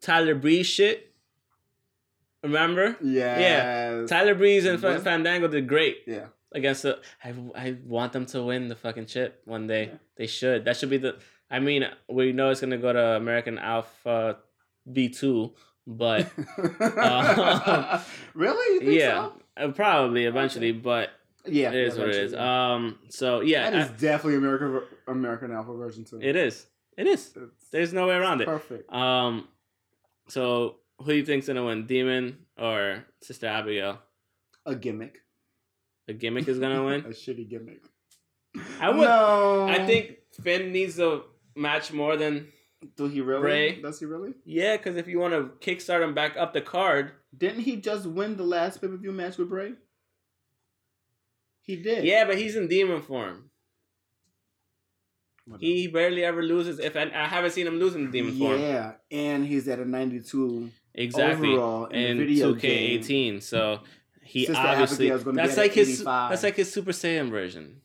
Speaker 1: Tyler Breeze shit, remember?
Speaker 2: Yes.
Speaker 1: Tyler Breeze and Fa-
Speaker 2: Was-
Speaker 1: Fandango did great
Speaker 2: Mm-hmm. Yeah.
Speaker 1: against the. I, I want them to win the fucking chip one day.
Speaker 2: Yeah.
Speaker 1: They should. That should be the. I mean, we know it's gonna go to American Alpha B two, but Uh,
Speaker 2: really? You think
Speaker 1: yeah, uh,
Speaker 2: so?
Speaker 1: probably eventually. But
Speaker 2: Yeah.
Speaker 1: it is what it is.
Speaker 2: eventually.
Speaker 1: Um. So yeah,
Speaker 2: that is definitely American ver- American Alpha version too.
Speaker 1: I- it is. It is.
Speaker 2: It's
Speaker 1: There's no way around it.
Speaker 2: perfect.
Speaker 1: Um. So who do you think's gonna win, Demon or Sister Abigail?
Speaker 2: A gimmick.
Speaker 1: The gimmick is gonna win.
Speaker 2: A shitty gimmick.
Speaker 1: I would-
Speaker 2: No.
Speaker 1: I think Finn needs to match more than
Speaker 2: Do he really?
Speaker 1: Bray.
Speaker 2: Does he really?
Speaker 1: yeah, because if you want to kickstart him back up the card,
Speaker 2: Didn't he just win the last pay per view match with Bray? He did.
Speaker 1: yeah, but he's in demon form.
Speaker 2: Whatever.
Speaker 1: He barely ever loses. If and I haven't seen him lose in demon form,
Speaker 2: Yeah, and he's at a 92
Speaker 1: exactly.
Speaker 2: overall in
Speaker 1: And
Speaker 2: the video
Speaker 1: two K eighteen, so he
Speaker 2: Sister
Speaker 1: obviously
Speaker 2: Abigail's gonna be
Speaker 1: that's
Speaker 2: at
Speaker 1: like his
Speaker 2: 85.
Speaker 1: that's like his Super Saiyan version.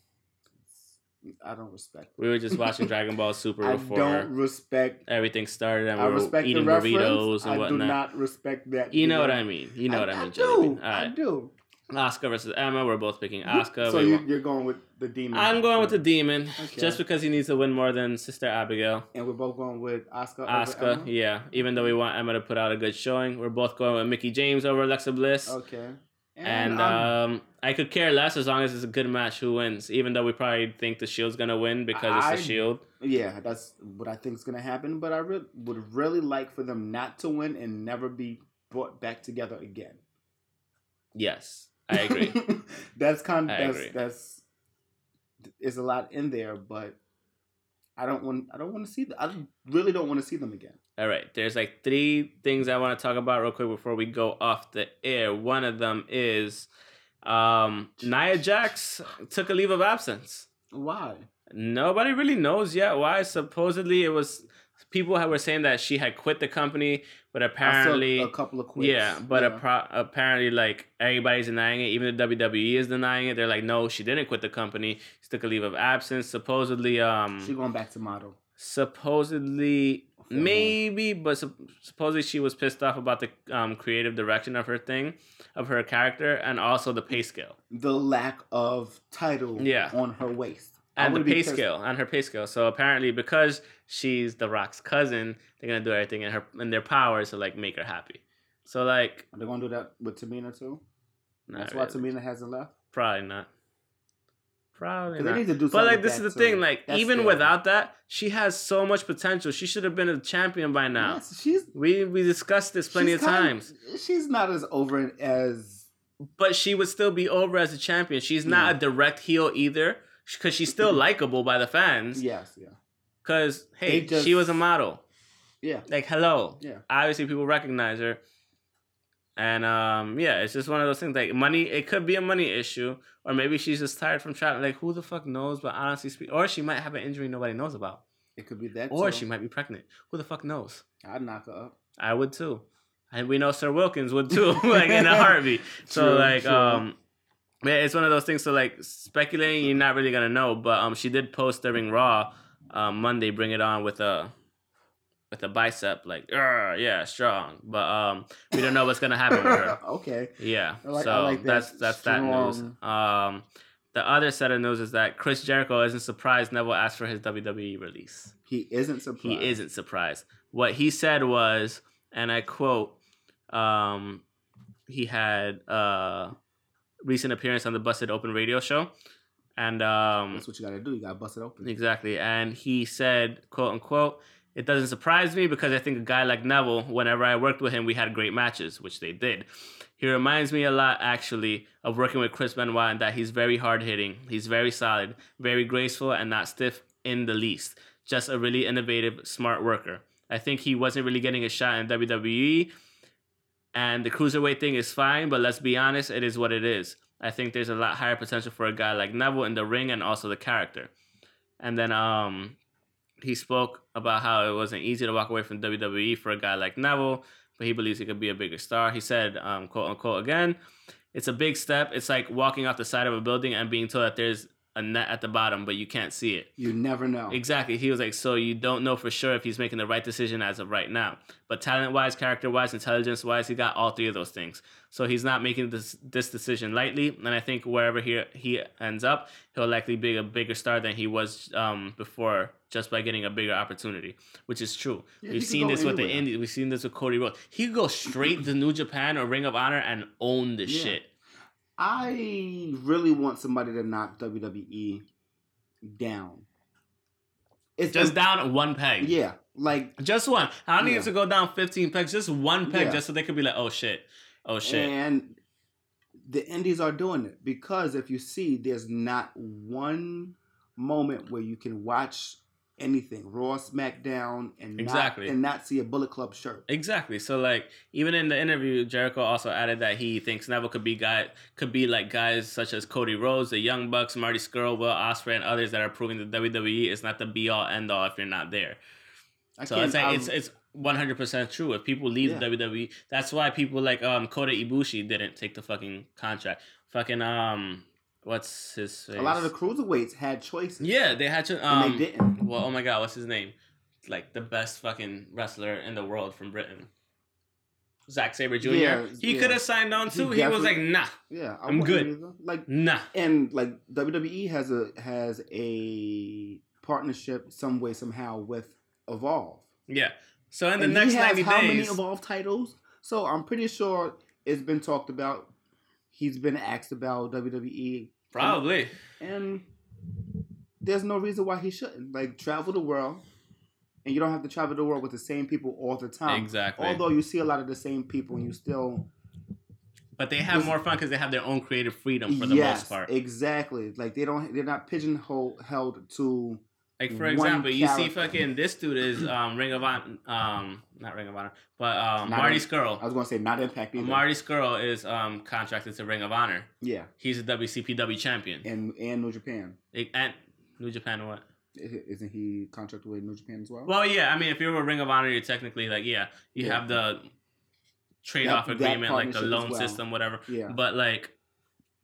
Speaker 2: game. I don't respect.
Speaker 1: We were just watching Dragon Ball Super
Speaker 2: I
Speaker 1: before
Speaker 2: don't respect.
Speaker 1: everything started, and
Speaker 2: I
Speaker 1: we were
Speaker 2: respect the
Speaker 1: eating
Speaker 2: reference.
Speaker 1: burritos and
Speaker 2: I do
Speaker 1: whatnot.
Speaker 2: not respect that.
Speaker 1: you know what
Speaker 2: video.
Speaker 1: I mean. You know what I, mean.
Speaker 2: I
Speaker 1: Jelly
Speaker 2: do.
Speaker 1: Bean. All
Speaker 2: I
Speaker 1: right,
Speaker 2: do.
Speaker 1: Oscar versus Emma. We're both picking Oscar.
Speaker 2: so
Speaker 1: We
Speaker 2: you,
Speaker 1: won't-
Speaker 2: you're going with the demon.
Speaker 1: I'm going with the demon,
Speaker 2: Okay.
Speaker 1: just because he needs to win more than Sister Abigail.
Speaker 2: and we're both going with Oscar.
Speaker 1: Oscar, yeah. Even though we want Emma to put out a good showing, we're both going with Mickey James over Alexa Bliss.
Speaker 2: Okay.
Speaker 1: Oh, And
Speaker 2: I'm-
Speaker 1: um, I could care less as long as it's a good match who wins. Even though we probably think the Shield's gonna win because
Speaker 2: I-
Speaker 1: it's the Shield.
Speaker 2: yeah, that's what I think is going to happen. But I re- would really like for them not to win and never be brought back together again.
Speaker 1: Yes, I agree.
Speaker 2: that's kind of
Speaker 1: I
Speaker 2: that's,
Speaker 1: agree.
Speaker 2: that's it's a lot in there, but I don't want I don't want to see th- I really don't want to see them again.
Speaker 1: All right, there's like three things I want to talk about real quick before we go off the air. One of them is um, Nia Jax took a leave of absence.
Speaker 2: Why?
Speaker 1: Nobody really knows yet why. Supposedly, it was people had- were saying that she had quit the company, but apparently,
Speaker 2: I saw a couple of quits.
Speaker 1: yeah, but appro- apparently, like everybody's denying it. Even the WWE is denying it. They're like, no, she didn't quit the company. She took a leave of absence. Supposedly, um,
Speaker 2: she going back to model.
Speaker 1: supposedly,
Speaker 2: Mhm.
Speaker 1: maybe, but sup- supposedly she was pissed off about the um creative direction of her thing, of her character, and also the pay scale.
Speaker 2: The lack of title
Speaker 1: Yeah.
Speaker 2: on her waist. I
Speaker 1: and the
Speaker 2: wouldn't be
Speaker 1: pay
Speaker 2: pissed-
Speaker 1: scale on her pay scale. So apparently, because she's The Rock's cousin, they're gonna do everything in her in their power to like make her happy. So like,
Speaker 2: Are they gonna do that with Tamina too?
Speaker 1: not
Speaker 2: That's why
Speaker 1: really.
Speaker 2: Tamina hasn't left.
Speaker 1: probably not. Probably
Speaker 2: 'Cause they need
Speaker 1: not.
Speaker 2: to do
Speaker 1: But
Speaker 2: something
Speaker 1: like,
Speaker 2: with
Speaker 1: this is
Speaker 2: that
Speaker 1: the
Speaker 2: too.
Speaker 1: thing. Like,
Speaker 2: That's
Speaker 1: even
Speaker 2: scary.
Speaker 1: without that, she has so much potential. She should have been a champion by now.
Speaker 2: Yes, she's
Speaker 1: We we discussed this plenty
Speaker 2: she's
Speaker 1: of
Speaker 2: kinda-
Speaker 1: times.
Speaker 2: She's not as over as
Speaker 1: but she would still be over as a champion. She's not
Speaker 2: Yeah.
Speaker 1: a direct heel either, because she's still likable by the fans.
Speaker 2: yes, yeah,
Speaker 1: Because hey,
Speaker 2: They just-
Speaker 1: she was a model.
Speaker 2: yeah,
Speaker 1: like hello
Speaker 2: Yeah.
Speaker 1: obviously people recognize her and um yeah it's just one of those things like money it could be a money issue or maybe she's just tired from traveling like who the fuck knows but honestly speak or she might have an injury nobody knows about
Speaker 2: it could be that.
Speaker 1: or
Speaker 2: too.
Speaker 1: she might be pregnant who the fuck knows
Speaker 2: I'd knock her up.
Speaker 1: i would too and we know sir wilkins would too like in a heartbeat so
Speaker 2: True,
Speaker 1: like
Speaker 2: true.
Speaker 1: um yeah, it's one of those things. So like speculating, you're not really gonna know. But um, she did post during Raw, um, Monday, bring it on with a with a bicep, like "Arr, yeah, strong. But um, we don't know what's gonna happen with her.
Speaker 2: okay.
Speaker 1: Yeah.
Speaker 2: I like- I
Speaker 1: so
Speaker 2: like that.
Speaker 1: that's that's that news.
Speaker 2: Strong.
Speaker 1: Um, the other set of news is that Chris Jericho isn't surprised Neville asked for his WWE release.
Speaker 2: He isn't surprised.
Speaker 1: He isn't surprised. What he said was, and I quote, um, he had a recent appearance on the Busted Open radio show. And um,
Speaker 2: That's what you gotta do. You gotta bust it open.
Speaker 1: exactly. And he said, quote unquote, it doesn't surprise me because I think a guy like Neville, whenever I worked with him, we had great matches, which they did. He reminds me a lot, actually, of working with Chris Benoit and that he's very hard hitting. He's very solid, very graceful, and not stiff in the least. Just a really innovative, smart worker. I think he wasn't really getting a shot in WWE, and the cruiserweight thing is fine, but let's be honest, it is what it is. I think there's a lot higher potential for a guy like Neville in the ring and also the character. And then um, he spoke about how it wasn't easy to walk away from E WWE for a guy like Neville, but he believes he could be a bigger star. He said, um, quote unquote, again, It's a big step. It's like walking off the side of a building and being told that there's a net at the bottom, but you can't see it.
Speaker 2: You never know.
Speaker 1: Exactly. He was like, so you don't know for sure if he's making the right decision as of right now. But talent wise, character wise, intelligence wise, he got all three of those things. So he's not making this this decision lightly. And I think wherever he he ends up, he'll likely be a bigger star than he was um, before just by getting a bigger opportunity, which is true.
Speaker 2: Yeah, he
Speaker 1: we've
Speaker 2: could
Speaker 1: seen
Speaker 2: go
Speaker 1: this with the
Speaker 2: anywhere.
Speaker 1: Indies. We've seen this with Cody Rhodes. He could go straight to New Japan or Ring of Honor and own this
Speaker 2: Yeah.
Speaker 1: shit.
Speaker 2: I really want somebody to knock WWE down. It's
Speaker 1: Just down one peg.
Speaker 2: yeah, like
Speaker 1: Just one. I don't need
Speaker 2: Yeah.
Speaker 1: it to go down 15 pegs. Just one peg,
Speaker 2: Yeah.
Speaker 1: just so they could be like, oh shit. Oh shit.
Speaker 2: and the indies are doing it because if you see, there's not one moment where you can watch anything Raw, SmackDown, and
Speaker 1: Exactly.
Speaker 2: not, and not see a Bullet Club shirt.
Speaker 1: Exactly. So like even in the interview, Jericho also added that he thinks Neville could be guy could be like guys such as Cody Rhodes, the Young Bucks, Marty Skrull, Will Ospreay, and others that are proving that WWE is not the be all end all if you're not there.
Speaker 2: I um,
Speaker 1: So it's
Speaker 2: I-
Speaker 1: like, it's it's one hundred percent true. If people leave
Speaker 2: Yeah.
Speaker 1: the WWE, that's why people like um Kota Ibushi didn't take the fucking contract. Fucking um, what's his face?
Speaker 2: a lot of the cruiserweights had choices.
Speaker 1: yeah, they had to
Speaker 2: and
Speaker 1: um.
Speaker 2: they didn't.
Speaker 1: Well, oh my god, what's his name? Like the best fucking wrestler in the world from Britain. Zack Sabre Jr.
Speaker 2: Yeah,
Speaker 1: he
Speaker 2: yeah.
Speaker 1: could have signed on
Speaker 2: He
Speaker 1: too. He, was like,
Speaker 2: definitely-
Speaker 1: nah,
Speaker 2: Yeah, I
Speaker 1: I'm
Speaker 2: want
Speaker 1: good.
Speaker 2: either. Like
Speaker 1: nah.
Speaker 2: and like WWE has a has a partnership some way somehow with Evolve.
Speaker 1: Yeah. So in the
Speaker 2: and
Speaker 1: next
Speaker 2: he has
Speaker 1: 90
Speaker 2: how many
Speaker 1: days.
Speaker 2: Evolve titles? So I'm pretty sure it's been talked about. He's been asked about WWE,
Speaker 1: Probably.
Speaker 2: and there's no reason why he shouldn't. Like travel the world, and you don't have to travel the world with the same people all the time.
Speaker 1: Exactly.
Speaker 2: Um, Although you see a lot of the same people, and you still
Speaker 1: but they have more fun because they have their own creative freedom for the
Speaker 2: yes,
Speaker 1: most part.
Speaker 2: exactly. Like they don't, they're not pigeonhole held to
Speaker 1: Like for
Speaker 2: one
Speaker 1: example, you see
Speaker 2: character.
Speaker 1: fucking this dude is um Ring of Honor um not Ring of Honor, but um
Speaker 2: Not
Speaker 1: Marty
Speaker 2: Ring- I
Speaker 1: Skrull.
Speaker 2: was gonna say not impact either.
Speaker 1: Marty Skrull is um contracted to Ring of Honor.
Speaker 2: yeah,
Speaker 1: He's a WCPW champion.
Speaker 2: and and New Japan
Speaker 1: Like, And New Japan what?
Speaker 2: I- isn't he contracted with New Japan as well?
Speaker 1: Well, yeah. I mean, if you were Ring of Honor, you're technically like, yeah, you
Speaker 2: Yeah.
Speaker 1: have the trade-off
Speaker 2: That- that
Speaker 1: agreement, like the
Speaker 2: partnership as
Speaker 1: loan
Speaker 2: well.
Speaker 1: system, whatever.
Speaker 2: yeah,
Speaker 1: But like,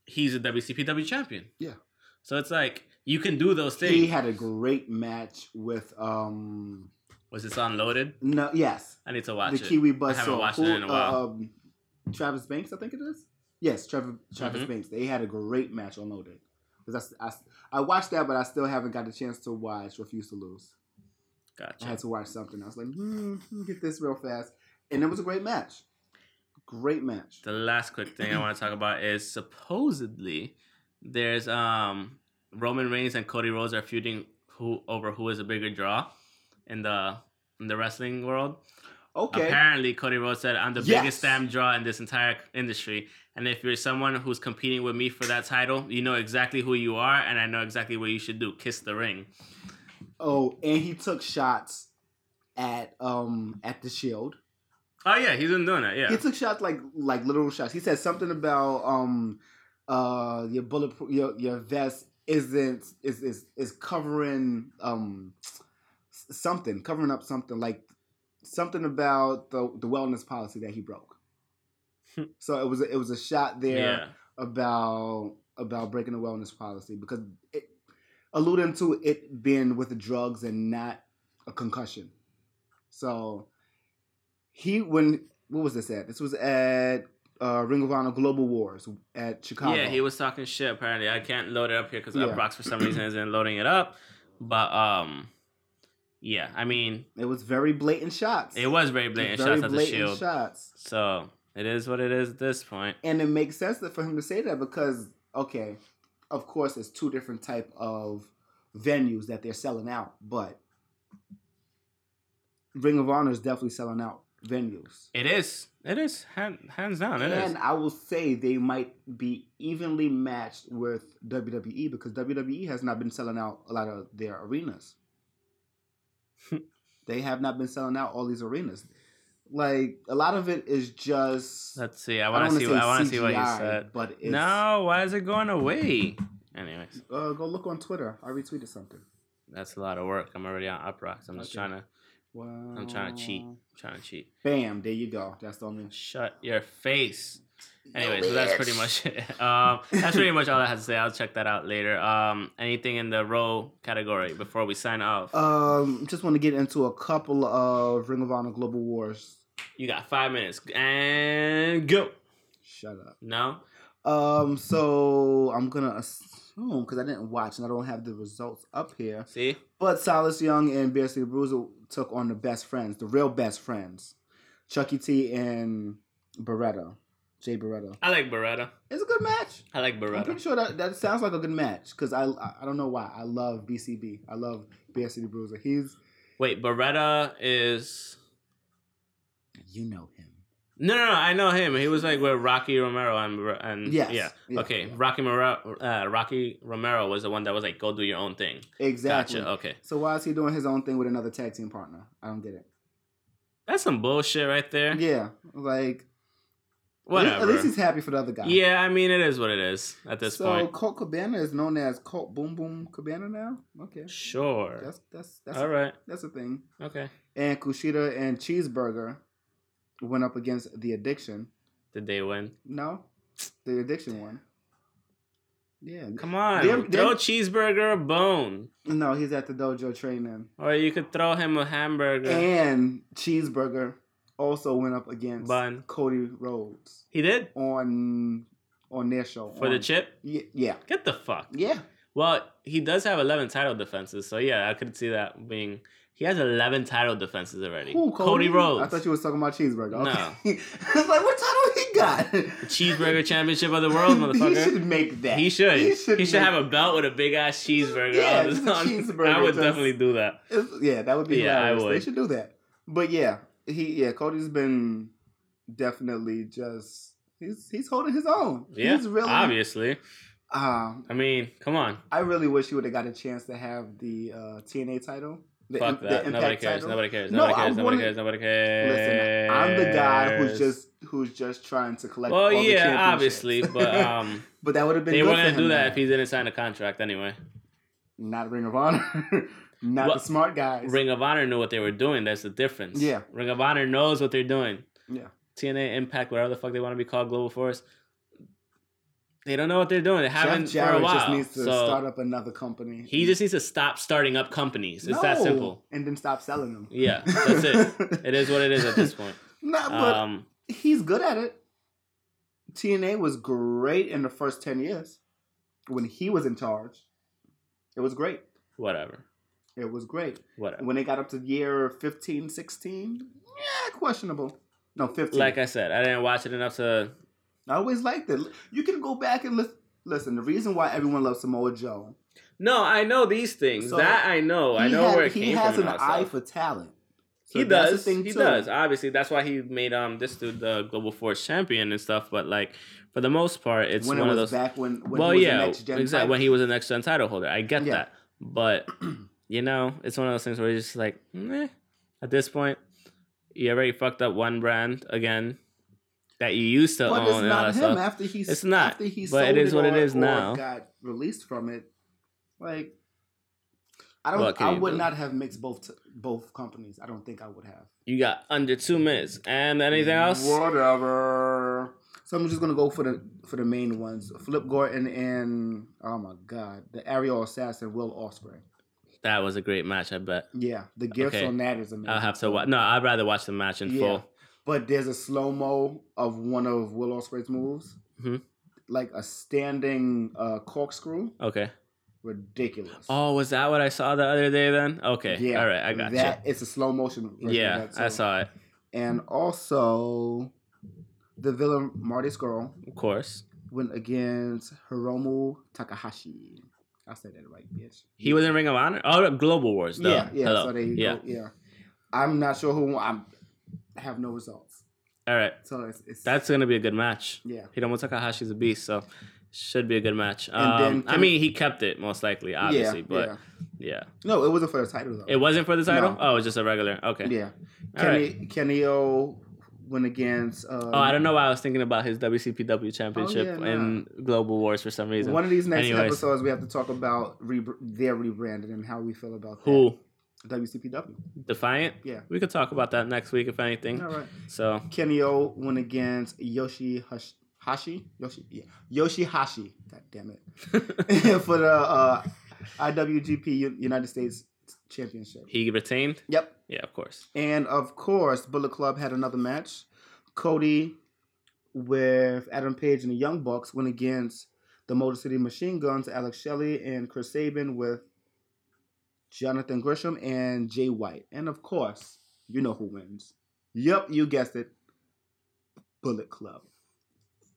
Speaker 1: he's a WCPW champion.
Speaker 2: Yeah.
Speaker 1: So it's like you can do those
Speaker 2: he
Speaker 1: things.
Speaker 2: had a great match with um
Speaker 1: Was this unloaded?
Speaker 2: no yes
Speaker 1: I need to watch
Speaker 2: the
Speaker 1: it.
Speaker 2: Kiwi Bus.
Speaker 1: haven't watched it in a while.
Speaker 2: um, Travis Banks, I think it is. Yes, Trevor Travis
Speaker 1: Mhm.
Speaker 2: Banks. They had a great match on Loaded. 'Cause I, s- I, I watched that, but I still haven't got the chance to watch Refuse to Lose. I
Speaker 1: Gotcha.
Speaker 2: had to watch something. I was like, hmm, let me get this real fast. And it was a great match. Great match.
Speaker 1: The last quick thing I want to talk about is supposedly there's um Roman Reigns and Cody Rhodes are feuding who over who is a bigger draw in the in the wrestling world.
Speaker 2: Okay.
Speaker 1: Apparently, Cody Rhodes said, "I'm the
Speaker 2: Yes.
Speaker 1: biggest damn draw in this entire industry, and if you're someone who's competing with me for that title, you know exactly who you are, and I know exactly what you should do: kiss the ring."
Speaker 2: Oh, and he took shots at um at the Shield.
Speaker 1: Oh yeah, he's been doing that.
Speaker 2: He
Speaker 1: Yeah,
Speaker 2: took shots like like literal shots. He said something about um uh your bullet your your vest isn't is is is covering um s- something covering up something like something about the the wellness policy that he broke. so it was a, it was a shot there.
Speaker 1: Hmm. yeah.
Speaker 2: about about breaking the wellness policy because it alluding to it being with the drugs and not a concussion. So he when what was this at? This was at uh, Ring of Honor Global Wars at Chicago.
Speaker 1: Yeah, he was talking shit. Apparently, I can't load it up here because
Speaker 2: Yeah.
Speaker 1: Upbox for some reason isn't loading it up. But um, yeah, I mean,
Speaker 2: It was very blatant shots.
Speaker 1: it was very blatant
Speaker 2: Very
Speaker 1: shots at the
Speaker 2: blatant
Speaker 1: shield,
Speaker 2: shots.
Speaker 1: so it is what it is at this point.
Speaker 2: and it makes sense that for him to say that because okay of course it's two different type of venues that they're selling out but ring of honor is definitely selling out venues
Speaker 1: It is. It is hand, hands down. It is.
Speaker 2: and i will say they might be evenly matched with wwe because wwe has not been selling out a lot of their arenas they have not been selling out all these arenas like a lot of it is just
Speaker 1: Let's see. I
Speaker 2: I
Speaker 1: want to see.
Speaker 2: don't
Speaker 1: What, I want
Speaker 2: want to
Speaker 1: to see what he said.
Speaker 2: But it's,
Speaker 1: No, why is it going away? Anyways,
Speaker 2: Uh, go look on Twitter. I retweeted something.
Speaker 1: that's a lot of work. I'm already on Uprox. I'm just
Speaker 2: Okay.
Speaker 1: trying to
Speaker 2: Wow.
Speaker 1: trying to cheat. trying to cheat.
Speaker 2: Bam. There you go. That's the only.
Speaker 1: Shut your face. Anyway, so that's pretty much it. Um, that's pretty much all I had to say. I'll check that out later. Um, anything in the row category before we sign off?
Speaker 2: Um, just want to get into a couple of Ring of Honor Global Wars.
Speaker 1: you got five minutes and go.
Speaker 2: Shut up.
Speaker 1: No,
Speaker 2: Um, so I'm gonna assume because I didn't watch and I don't have the results up here.
Speaker 1: see,
Speaker 2: But Silas Young and Bear City Bruiser took on the best friends, the real best friends, Chucky T and Beretta, Jay Beretta.
Speaker 1: I like Beretta.
Speaker 2: It's a good match.
Speaker 1: I like
Speaker 2: I'm
Speaker 1: Beretta.
Speaker 2: pretty sure that, that sounds like a good match because I, I I don't know why I love BCB. I love Bear City Bruiser. He's
Speaker 1: Wait, Beretta is
Speaker 2: you know him.
Speaker 1: no, no, no. I know him. He was like with Rocky Romero and Ber- and
Speaker 2: Yes.
Speaker 1: Mm, yeah.
Speaker 2: Yeah,
Speaker 1: okay,
Speaker 2: yeah.
Speaker 1: Rocky Romero, uh, Rocky Romero was the one that was like, "Go do your own thing."
Speaker 2: Exactly.
Speaker 1: Gotcha. Okay,
Speaker 2: So why is he doing his own thing with another tag team partner? I don't get it.
Speaker 1: that's some bullshit right there.
Speaker 2: Yeah, like at least-
Speaker 1: Whatever.
Speaker 2: At least he's happy for the other guy.
Speaker 1: yeah, I mean, it is what it is at this
Speaker 2: so
Speaker 1: point.
Speaker 2: Colt Cabana is known as Colt Boom Boom Cabana now. Okay,
Speaker 1: Sure.
Speaker 2: that's that's that's
Speaker 1: All right.
Speaker 2: that's a thing.
Speaker 1: Okay.
Speaker 2: And Kushida and Cheeseburger went up against the Addiction.
Speaker 1: Did they win?
Speaker 2: No, the Addiction won. Yeah.
Speaker 1: Come on.
Speaker 2: They're-
Speaker 1: throw
Speaker 2: they're-
Speaker 1: cheeseburger a bone.
Speaker 2: No, he's at the dojo training.
Speaker 1: Or you could throw him a hamburger
Speaker 2: And Cheeseburger also went up against
Speaker 1: bun.
Speaker 2: Cody Rhodes
Speaker 1: He did?
Speaker 2: on on their show
Speaker 1: For the
Speaker 2: on-
Speaker 1: chip?
Speaker 2: Yeah, yeah,
Speaker 1: Get the fuck.
Speaker 2: yeah.
Speaker 1: Well, he does have 11 title defenses. So, yeah, I could see that being. He has 11 title defenses already.
Speaker 2: Who,
Speaker 1: Cody? Rhodes.
Speaker 2: I thought you was talking about Cheeseburger.
Speaker 1: No.
Speaker 2: Okay. I was like, what title he got?
Speaker 1: cheeseburger Championship of the World,
Speaker 2: He
Speaker 1: motherfucker.
Speaker 2: should make that.
Speaker 1: He should. He should,
Speaker 2: make-
Speaker 1: have a belt with a big ass cheeseburger.
Speaker 2: Yeah,
Speaker 1: on his-
Speaker 2: just a
Speaker 1: on-
Speaker 2: cheeseburger
Speaker 1: I would
Speaker 2: just-
Speaker 1: definitely do that.
Speaker 2: It's- yeah, that would be
Speaker 1: Yeah, I
Speaker 2: hilarious.
Speaker 1: would.
Speaker 2: They should do that. But yeah, he yeah, Cody's been definitely just he's he's holding his own.
Speaker 1: Yeah,
Speaker 2: he's really
Speaker 1: obviously.
Speaker 2: Um,
Speaker 1: I mean, come on.
Speaker 2: I really wish he would have got a chance to have the uh, TNA title. The,
Speaker 1: Fuck
Speaker 2: im- the
Speaker 1: that.
Speaker 2: Impact
Speaker 1: Nobody cares.
Speaker 2: title.
Speaker 1: Nobody cares.
Speaker 2: No,
Speaker 1: Nobody
Speaker 2: I
Speaker 1: cares. Nobody
Speaker 2: wanna-
Speaker 1: cares. Nobody cares.
Speaker 2: Listen, I'm the guy who's just who's just trying to collect. all
Speaker 1: Well,
Speaker 2: the
Speaker 1: yeah,
Speaker 2: championships.
Speaker 1: obviously, but um,
Speaker 2: but that would have been.
Speaker 1: they
Speaker 2: good
Speaker 1: were
Speaker 2: for
Speaker 1: gonna
Speaker 2: him
Speaker 1: do that
Speaker 2: now.
Speaker 1: if he didn't sign a contract anyway.
Speaker 2: not Ring of Honor, not
Speaker 1: Well,
Speaker 2: the smart guys.
Speaker 1: Ring of Honor knew what they were doing. That's the difference.
Speaker 2: Yeah.
Speaker 1: Ring of Honor knows what they're doing.
Speaker 2: Yeah.
Speaker 1: TNA Impact, whatever the fuck they want to be called, Global Force. They don't know what they're doing. They haven't
Speaker 2: Jeff
Speaker 1: for a
Speaker 2: Jarrett
Speaker 1: while.
Speaker 2: just needs to
Speaker 1: so
Speaker 2: start up another company.
Speaker 1: he just needs to stop starting up companies. It's that
Speaker 2: No,
Speaker 1: simple.
Speaker 2: And then stop selling them.
Speaker 1: Yeah, that's it. it is what it is at this point.
Speaker 2: Nah, but
Speaker 1: Um,
Speaker 2: he's good at it. TNA was great in the first ten years when he was in charge. It was great.
Speaker 1: whatever,
Speaker 2: It was great.
Speaker 1: whatever.
Speaker 2: When they got up to year 15, 16, yeah, questionable. No, 15.
Speaker 1: Like I said, I didn't watch it enough to
Speaker 2: I always liked it. You can go back and listen. Listen, the reason why everyone loves Samoa Joe
Speaker 1: No, I know these things.
Speaker 2: So,
Speaker 1: that I know. Oh, I
Speaker 2: he
Speaker 1: know
Speaker 2: had-
Speaker 1: where it
Speaker 2: he
Speaker 1: came
Speaker 2: has
Speaker 1: from.
Speaker 2: an
Speaker 1: and all that
Speaker 2: eye
Speaker 1: stuff.
Speaker 2: for talent. So
Speaker 1: he
Speaker 2: that's the
Speaker 1: does. He
Speaker 2: too.
Speaker 1: does. Obviously, that's why he made um this dude the global force champion and stuff. But like for the most part, it's
Speaker 2: when it
Speaker 1: one
Speaker 2: was
Speaker 1: of those.
Speaker 2: back when, when
Speaker 1: well,
Speaker 2: he was
Speaker 1: yeah,
Speaker 2: the next gen
Speaker 1: exactly. When he was a next gen title holder, I get
Speaker 2: Yeah.
Speaker 1: that. But you know, it's one of those things where you're just like, meh. At this point, you already fucked up one brand again that you used to
Speaker 2: but
Speaker 1: own
Speaker 2: it's
Speaker 1: and all
Speaker 2: not
Speaker 1: that
Speaker 2: him
Speaker 1: stuff.
Speaker 2: after he
Speaker 1: It's not,
Speaker 2: after he
Speaker 1: but it
Speaker 2: sold
Speaker 1: is what it
Speaker 2: or-
Speaker 1: is
Speaker 2: or
Speaker 1: now.
Speaker 2: got released from it like I don't
Speaker 1: What can
Speaker 2: I
Speaker 1: you
Speaker 2: would
Speaker 1: do?
Speaker 2: not have mixed both t- both companies I don't think I would have
Speaker 1: you got under two minutes. And anything else?
Speaker 2: whatever so I'm just gonna go for the for the main ones Flip Gordon and oh my god the Ariel Assassin Will Osprey
Speaker 1: That was a great match. I bet.
Speaker 2: yeah the gifts
Speaker 1: Okay. Uh-huh.
Speaker 2: on that is amazing
Speaker 1: I'll have to watch. No, I'd rather watch the match in
Speaker 2: Yeah.
Speaker 1: full.
Speaker 2: but there's a slow mo of one of Will Ospreay's moves,
Speaker 1: Mhm.
Speaker 2: like a standing uh, corkscrew.
Speaker 1: Okay.
Speaker 2: Ridiculous.
Speaker 1: Oh, was that what I saw the other day then? Okay. All right. I got
Speaker 2: that. It's a slow motion.
Speaker 1: you.
Speaker 2: version of
Speaker 1: Yeah,
Speaker 2: that,
Speaker 1: I
Speaker 2: too.
Speaker 1: saw it.
Speaker 2: And also, the villain Marty Skrull
Speaker 1: Of course.
Speaker 2: went against Hiromu Takahashi. I said that right, bitch.
Speaker 1: He was in Ring of Honor? Oh, no, Global Wars, though.
Speaker 2: yeah, yeah.
Speaker 1: Hello.
Speaker 2: So they
Speaker 1: yeah.
Speaker 2: go, yeah. I'm not sure who I'm. I have no results.
Speaker 1: All right.
Speaker 2: So it's, it's
Speaker 1: That's going to be a good match.
Speaker 2: yeah.
Speaker 1: Hiromu Takahashi's a beast, so should be a good match. Um,
Speaker 2: And then
Speaker 1: I
Speaker 2: can-
Speaker 1: mean, he kept it, most likely, obviously,
Speaker 2: yeah,
Speaker 1: but
Speaker 2: yeah.
Speaker 1: yeah.
Speaker 2: no, it wasn't for the title though.
Speaker 1: It wasn't for the title?
Speaker 2: No.
Speaker 1: Oh, it was just a regular. Okay.
Speaker 2: Yeah.
Speaker 1: All
Speaker 2: Kenny Kenny O went against uh
Speaker 1: Oh, I don't know why I was thinking about his WCPW championship
Speaker 2: Oh, yeah,
Speaker 1: in Global Wars for some reason.
Speaker 2: One of these next
Speaker 1: Anyways.
Speaker 2: episodes, we have to talk about re- their rebranding and how we feel about that.
Speaker 1: Who?
Speaker 2: WCPW.
Speaker 1: Defiant?
Speaker 2: Yeah.
Speaker 1: We could talk about that next week, if anything.
Speaker 2: All right.
Speaker 1: So,
Speaker 2: Kenny O went against Yoshi Hash- Hashi Yoshi yeah Yoshi Hashi. God damn it for the uh, IWGP U- United States Championship.
Speaker 1: He retained.
Speaker 2: Yep,
Speaker 1: Yeah, of course.
Speaker 2: and of course Bullet Club had another match. Cody with Adam Page and the Young Bucks went against the Motor City Machine Guns, Alex Shelley and Chris Sabin with Jonathan Grisham and Jay White. And of course, you know who wins. Yep, you guessed it. Bullet Club.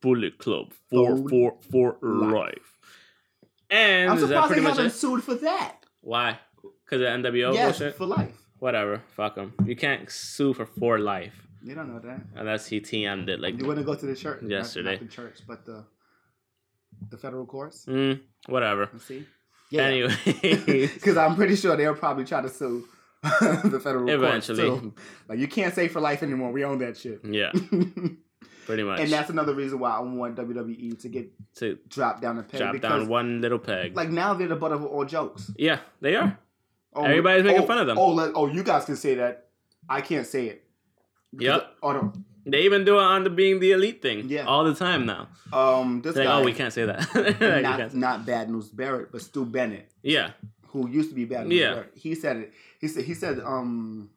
Speaker 1: Bullet Club four
Speaker 2: Fold
Speaker 1: four four
Speaker 2: life.
Speaker 1: life. And
Speaker 2: I'm
Speaker 1: is that
Speaker 2: surprised
Speaker 1: pretty
Speaker 2: they
Speaker 1: much
Speaker 2: haven't
Speaker 1: it?
Speaker 2: sued for that.
Speaker 1: Why? Because of NWO
Speaker 2: yes,
Speaker 1: bullshit.
Speaker 2: for life.
Speaker 1: Whatever. Fuck him. You can't sue for four life
Speaker 2: You don't know that.
Speaker 1: unless he TM'd it like.
Speaker 2: You wouldn't go to the church. not-
Speaker 1: Yesterday.
Speaker 2: Not, the church, but the the federal courts.
Speaker 1: Mm, whatever.
Speaker 2: You see?
Speaker 1: Anyway.
Speaker 2: Because I'm pretty sure they'll probably try to sue the federal
Speaker 1: Eventually.
Speaker 2: courts too. Like you can't say for life anymore. We own that shit.
Speaker 1: yeah,
Speaker 2: and
Speaker 1: pretty much.
Speaker 2: that's another reason why I want WWE to get
Speaker 1: to
Speaker 2: dropped down a peg
Speaker 1: drop down one little peg.
Speaker 2: like now they're the butt of all jokes.
Speaker 1: yeah, they are.
Speaker 2: Oh,
Speaker 1: Everybody's making
Speaker 2: oh,
Speaker 1: fun of them.
Speaker 2: Oh, let, oh, you guys can say that. I can't say it.
Speaker 1: Yep.
Speaker 2: Oh, no.
Speaker 1: They even do it on the being the elite thing.
Speaker 2: Yeah.
Speaker 1: All the time now.
Speaker 2: Um, this
Speaker 1: It's like,
Speaker 2: guy,
Speaker 1: oh, we can't say that. Like, we
Speaker 2: not,
Speaker 1: can't-
Speaker 2: not Bad News Barrett, but Stu Bennett.
Speaker 1: yeah.
Speaker 2: who used to be bad news
Speaker 1: Yeah.
Speaker 2: Barrett, he said it. He said he said um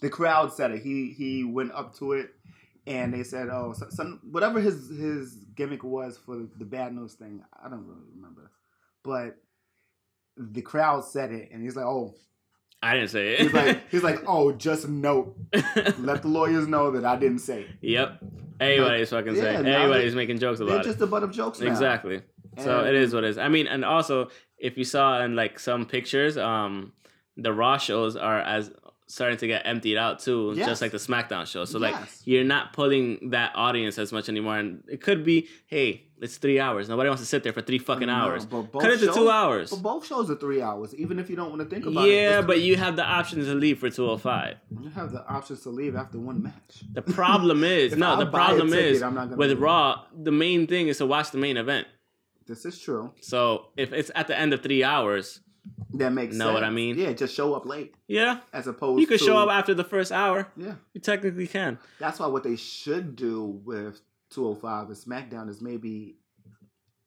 Speaker 2: the crowd said it. He he went up to it and they said oh so- some whatever his his gimmick was for the bad news thing. I don't really remember, but the crowd said it and he's like oh
Speaker 1: I didn't say it.
Speaker 2: he's like he's like oh just note let the lawyers know that I didn't say it.
Speaker 1: Yep. Everybody's fucking
Speaker 2: yeah,
Speaker 1: saying.
Speaker 2: now
Speaker 1: Everybody's making jokes
Speaker 2: They're
Speaker 1: about
Speaker 2: just the butt of jokes
Speaker 1: it.
Speaker 2: now.
Speaker 1: Exactly. So
Speaker 2: And-
Speaker 1: it is what it is. I mean, and also if you saw in like some pictures, um, the Raw shows are as starting to get emptied out too,
Speaker 2: Yes.
Speaker 1: just like the SmackDown show. So like
Speaker 2: Yes.
Speaker 1: you're not pulling that audience as much anymore, and it could be, hey, it's three hours. Nobody wants to sit there for three fucking
Speaker 2: No,
Speaker 1: hours.
Speaker 2: but both
Speaker 1: Cut it to two
Speaker 2: shows-
Speaker 1: hours.
Speaker 2: But both shows are three hours, even if you don't want to think about it.
Speaker 1: Yeah,
Speaker 2: it's
Speaker 1: but
Speaker 2: three-
Speaker 1: you have the option to leave for 205.
Speaker 2: you have the options to leave after one match.
Speaker 1: The problem is,
Speaker 2: If
Speaker 1: no,
Speaker 2: I
Speaker 1: the
Speaker 2: buy a
Speaker 1: problem
Speaker 2: ticket,
Speaker 1: is
Speaker 2: I'm not gonna
Speaker 1: with
Speaker 2: leave.
Speaker 1: Raw, the main thing is to watch the main event.
Speaker 2: This is true.
Speaker 1: So if it's at the end of three hours,
Speaker 2: That makes
Speaker 1: Know
Speaker 2: sense.
Speaker 1: what I mean?
Speaker 2: Yeah, just show up late
Speaker 1: yeah,
Speaker 2: as opposed.
Speaker 1: you could
Speaker 2: to,
Speaker 1: show up after the first hour.
Speaker 2: Yeah,
Speaker 1: You technically can.
Speaker 2: that's why what they should do with 205 and SmackDown is maybe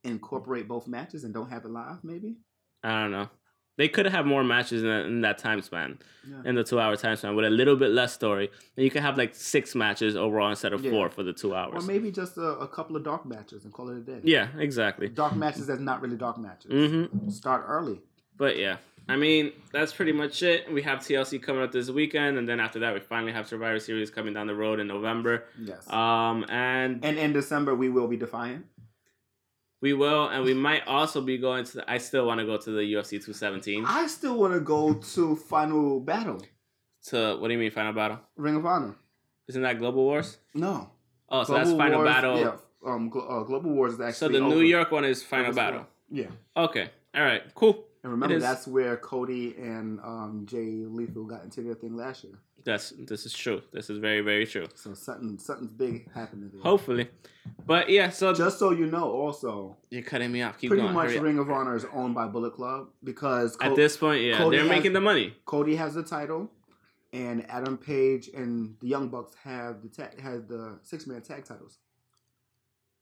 Speaker 2: incorporate both matches and don't have it live. Maybe.
Speaker 1: I don't know. They could have more matches in, that- in that time span,
Speaker 2: Yeah.
Speaker 1: in the two-hour time span, with a little bit less story, and you could have like six matches overall instead of
Speaker 2: Yeah.
Speaker 1: four for the two
Speaker 2: Or
Speaker 1: hours.
Speaker 2: maybe just a, a couple of dark matches and call it a day.
Speaker 1: Yeah, exactly.
Speaker 2: Dark matches that's not really dark matches.
Speaker 1: hmm
Speaker 2: Start early.
Speaker 1: But yeah, I mean, that's pretty much it. We have TLC coming up this weekend, and then after that, we finally have Survivor Series coming down the road in November.
Speaker 2: Yes.
Speaker 1: Um, and
Speaker 2: and in December we will be defiant.
Speaker 1: we will, and we might also be going to. The, I still want to go to the UFC 217.
Speaker 2: I still want to go to Final Battle,
Speaker 1: To what do you mean final battle?
Speaker 2: Ring of Honor.
Speaker 1: Isn't that Global Wars?
Speaker 2: No.
Speaker 1: Oh, so that's final
Speaker 2: Wars,
Speaker 1: battle.
Speaker 2: Yeah. Um, Glo- uh, Global Wars is actually.
Speaker 1: so the New
Speaker 2: over.
Speaker 1: York one is final
Speaker 2: Over.
Speaker 1: battle.
Speaker 2: Yeah.
Speaker 1: Okay. All right. Cool.
Speaker 2: And remember,
Speaker 1: is.
Speaker 2: that's where Cody and um, Jay Lethal got into their thing last year.
Speaker 1: That's this is true. This is very very true.
Speaker 2: So something something's big happening there.
Speaker 1: Hopefully, but yeah. So
Speaker 2: Just so you know, also,
Speaker 1: you're cutting me off. Keep
Speaker 2: pretty
Speaker 1: going.
Speaker 2: much
Speaker 1: Hurry up.
Speaker 2: Ring of Honor is owned by Bullet Club because Co-
Speaker 1: At this point, yeah,
Speaker 2: Cody
Speaker 1: they're
Speaker 2: has-
Speaker 1: making the money.
Speaker 2: Cody has the title, and Adam Page and the Young Bucks have the tag has the six man tag titles.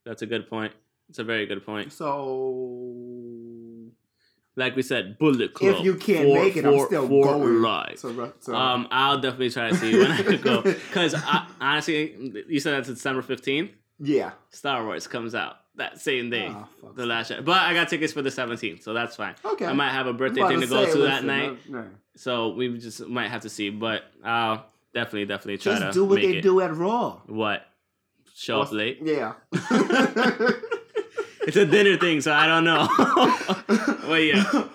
Speaker 1: That's a good point. It's a very good point.
Speaker 2: So
Speaker 1: Like we said, Bullet Club.
Speaker 2: if you can't
Speaker 1: for-
Speaker 2: make it, i I'm
Speaker 1: for-
Speaker 2: still
Speaker 1: for
Speaker 2: going.
Speaker 1: life.
Speaker 2: So, ru- so-
Speaker 1: Um, I'll definitely try to see when I could go. Because honestly, you said that's December 15th.
Speaker 2: yeah,
Speaker 1: Star Wars comes out that same day.
Speaker 2: Ah, fuck.
Speaker 1: the last show. But I got tickets for the 17th, so that's fine.
Speaker 2: okay.
Speaker 1: I might have a birthday
Speaker 2: I'm about
Speaker 1: thing to go
Speaker 2: say,
Speaker 1: to that
Speaker 2: listen,
Speaker 1: night,
Speaker 2: no- no.
Speaker 1: so we just might have to see. But I'll definitely, definitely try
Speaker 2: Just
Speaker 1: to
Speaker 2: do what
Speaker 1: make
Speaker 2: they
Speaker 1: it.
Speaker 2: do at Raw.
Speaker 1: What? Show up late?
Speaker 2: Yeah.
Speaker 1: It's a dinner thing, so I don't know. but yeah.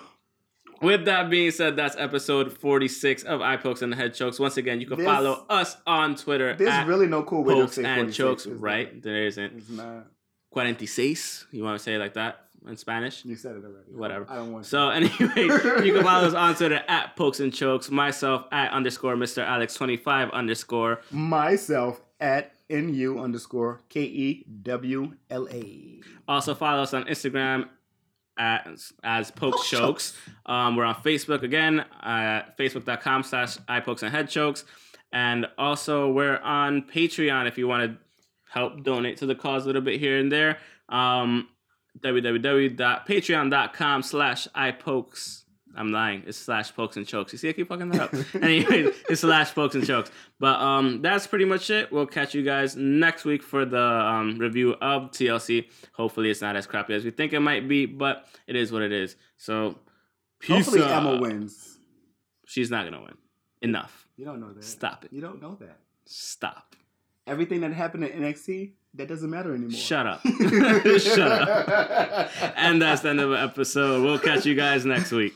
Speaker 1: With that being said, that's episode 46 of Eye Pokes and Head Chokes. Once again, you can
Speaker 2: This-
Speaker 1: follow us on Twitter
Speaker 2: There's
Speaker 1: at
Speaker 2: really no cool way to
Speaker 1: Pokes
Speaker 2: say
Speaker 1: and
Speaker 2: 46,
Speaker 1: Chokes,
Speaker 2: is there?
Speaker 1: right? There isn't.
Speaker 2: It's not.
Speaker 1: 46, you want to say it like that in Spanish?
Speaker 2: You said it already.
Speaker 1: Whatever.
Speaker 2: I don't want.
Speaker 1: So anyway, you can follow us on Twitter at Pokes and Chokes, myself at underscore Mr. Alex25 underscore.
Speaker 2: myself at nu underscore k e w l a.
Speaker 1: Also follow us on Instagram as, as Pokes
Speaker 2: Pokes
Speaker 1: Chokes. Um, we're on Facebook again uh, at facebook.com slash iPokes and Head Chokes. And also we're on Patreon if you want to help donate to the cause a little bit here and there. Um, www.patreon.com slash ipokes. I'm lying. It's slash pokes and chokes. You see, I keep fucking that up. anyway, it's slash pokes and chokes. But um, that's pretty much it. We'll catch you guys next week for the um, review of TLC. Hopefully, it's not as crappy as we think it might be, but it is what it is. So, peace.
Speaker 2: Hopefully,
Speaker 1: out.
Speaker 2: Emma wins.
Speaker 1: She's not gonna win. Enough.
Speaker 2: You don't know that.
Speaker 1: Stop it.
Speaker 2: You don't know that.
Speaker 1: Stop.
Speaker 2: Everything that happened at NXT that doesn't matter anymore.
Speaker 1: Shut up. Shut up. And that's the end of the episode. We'll catch you guys next week.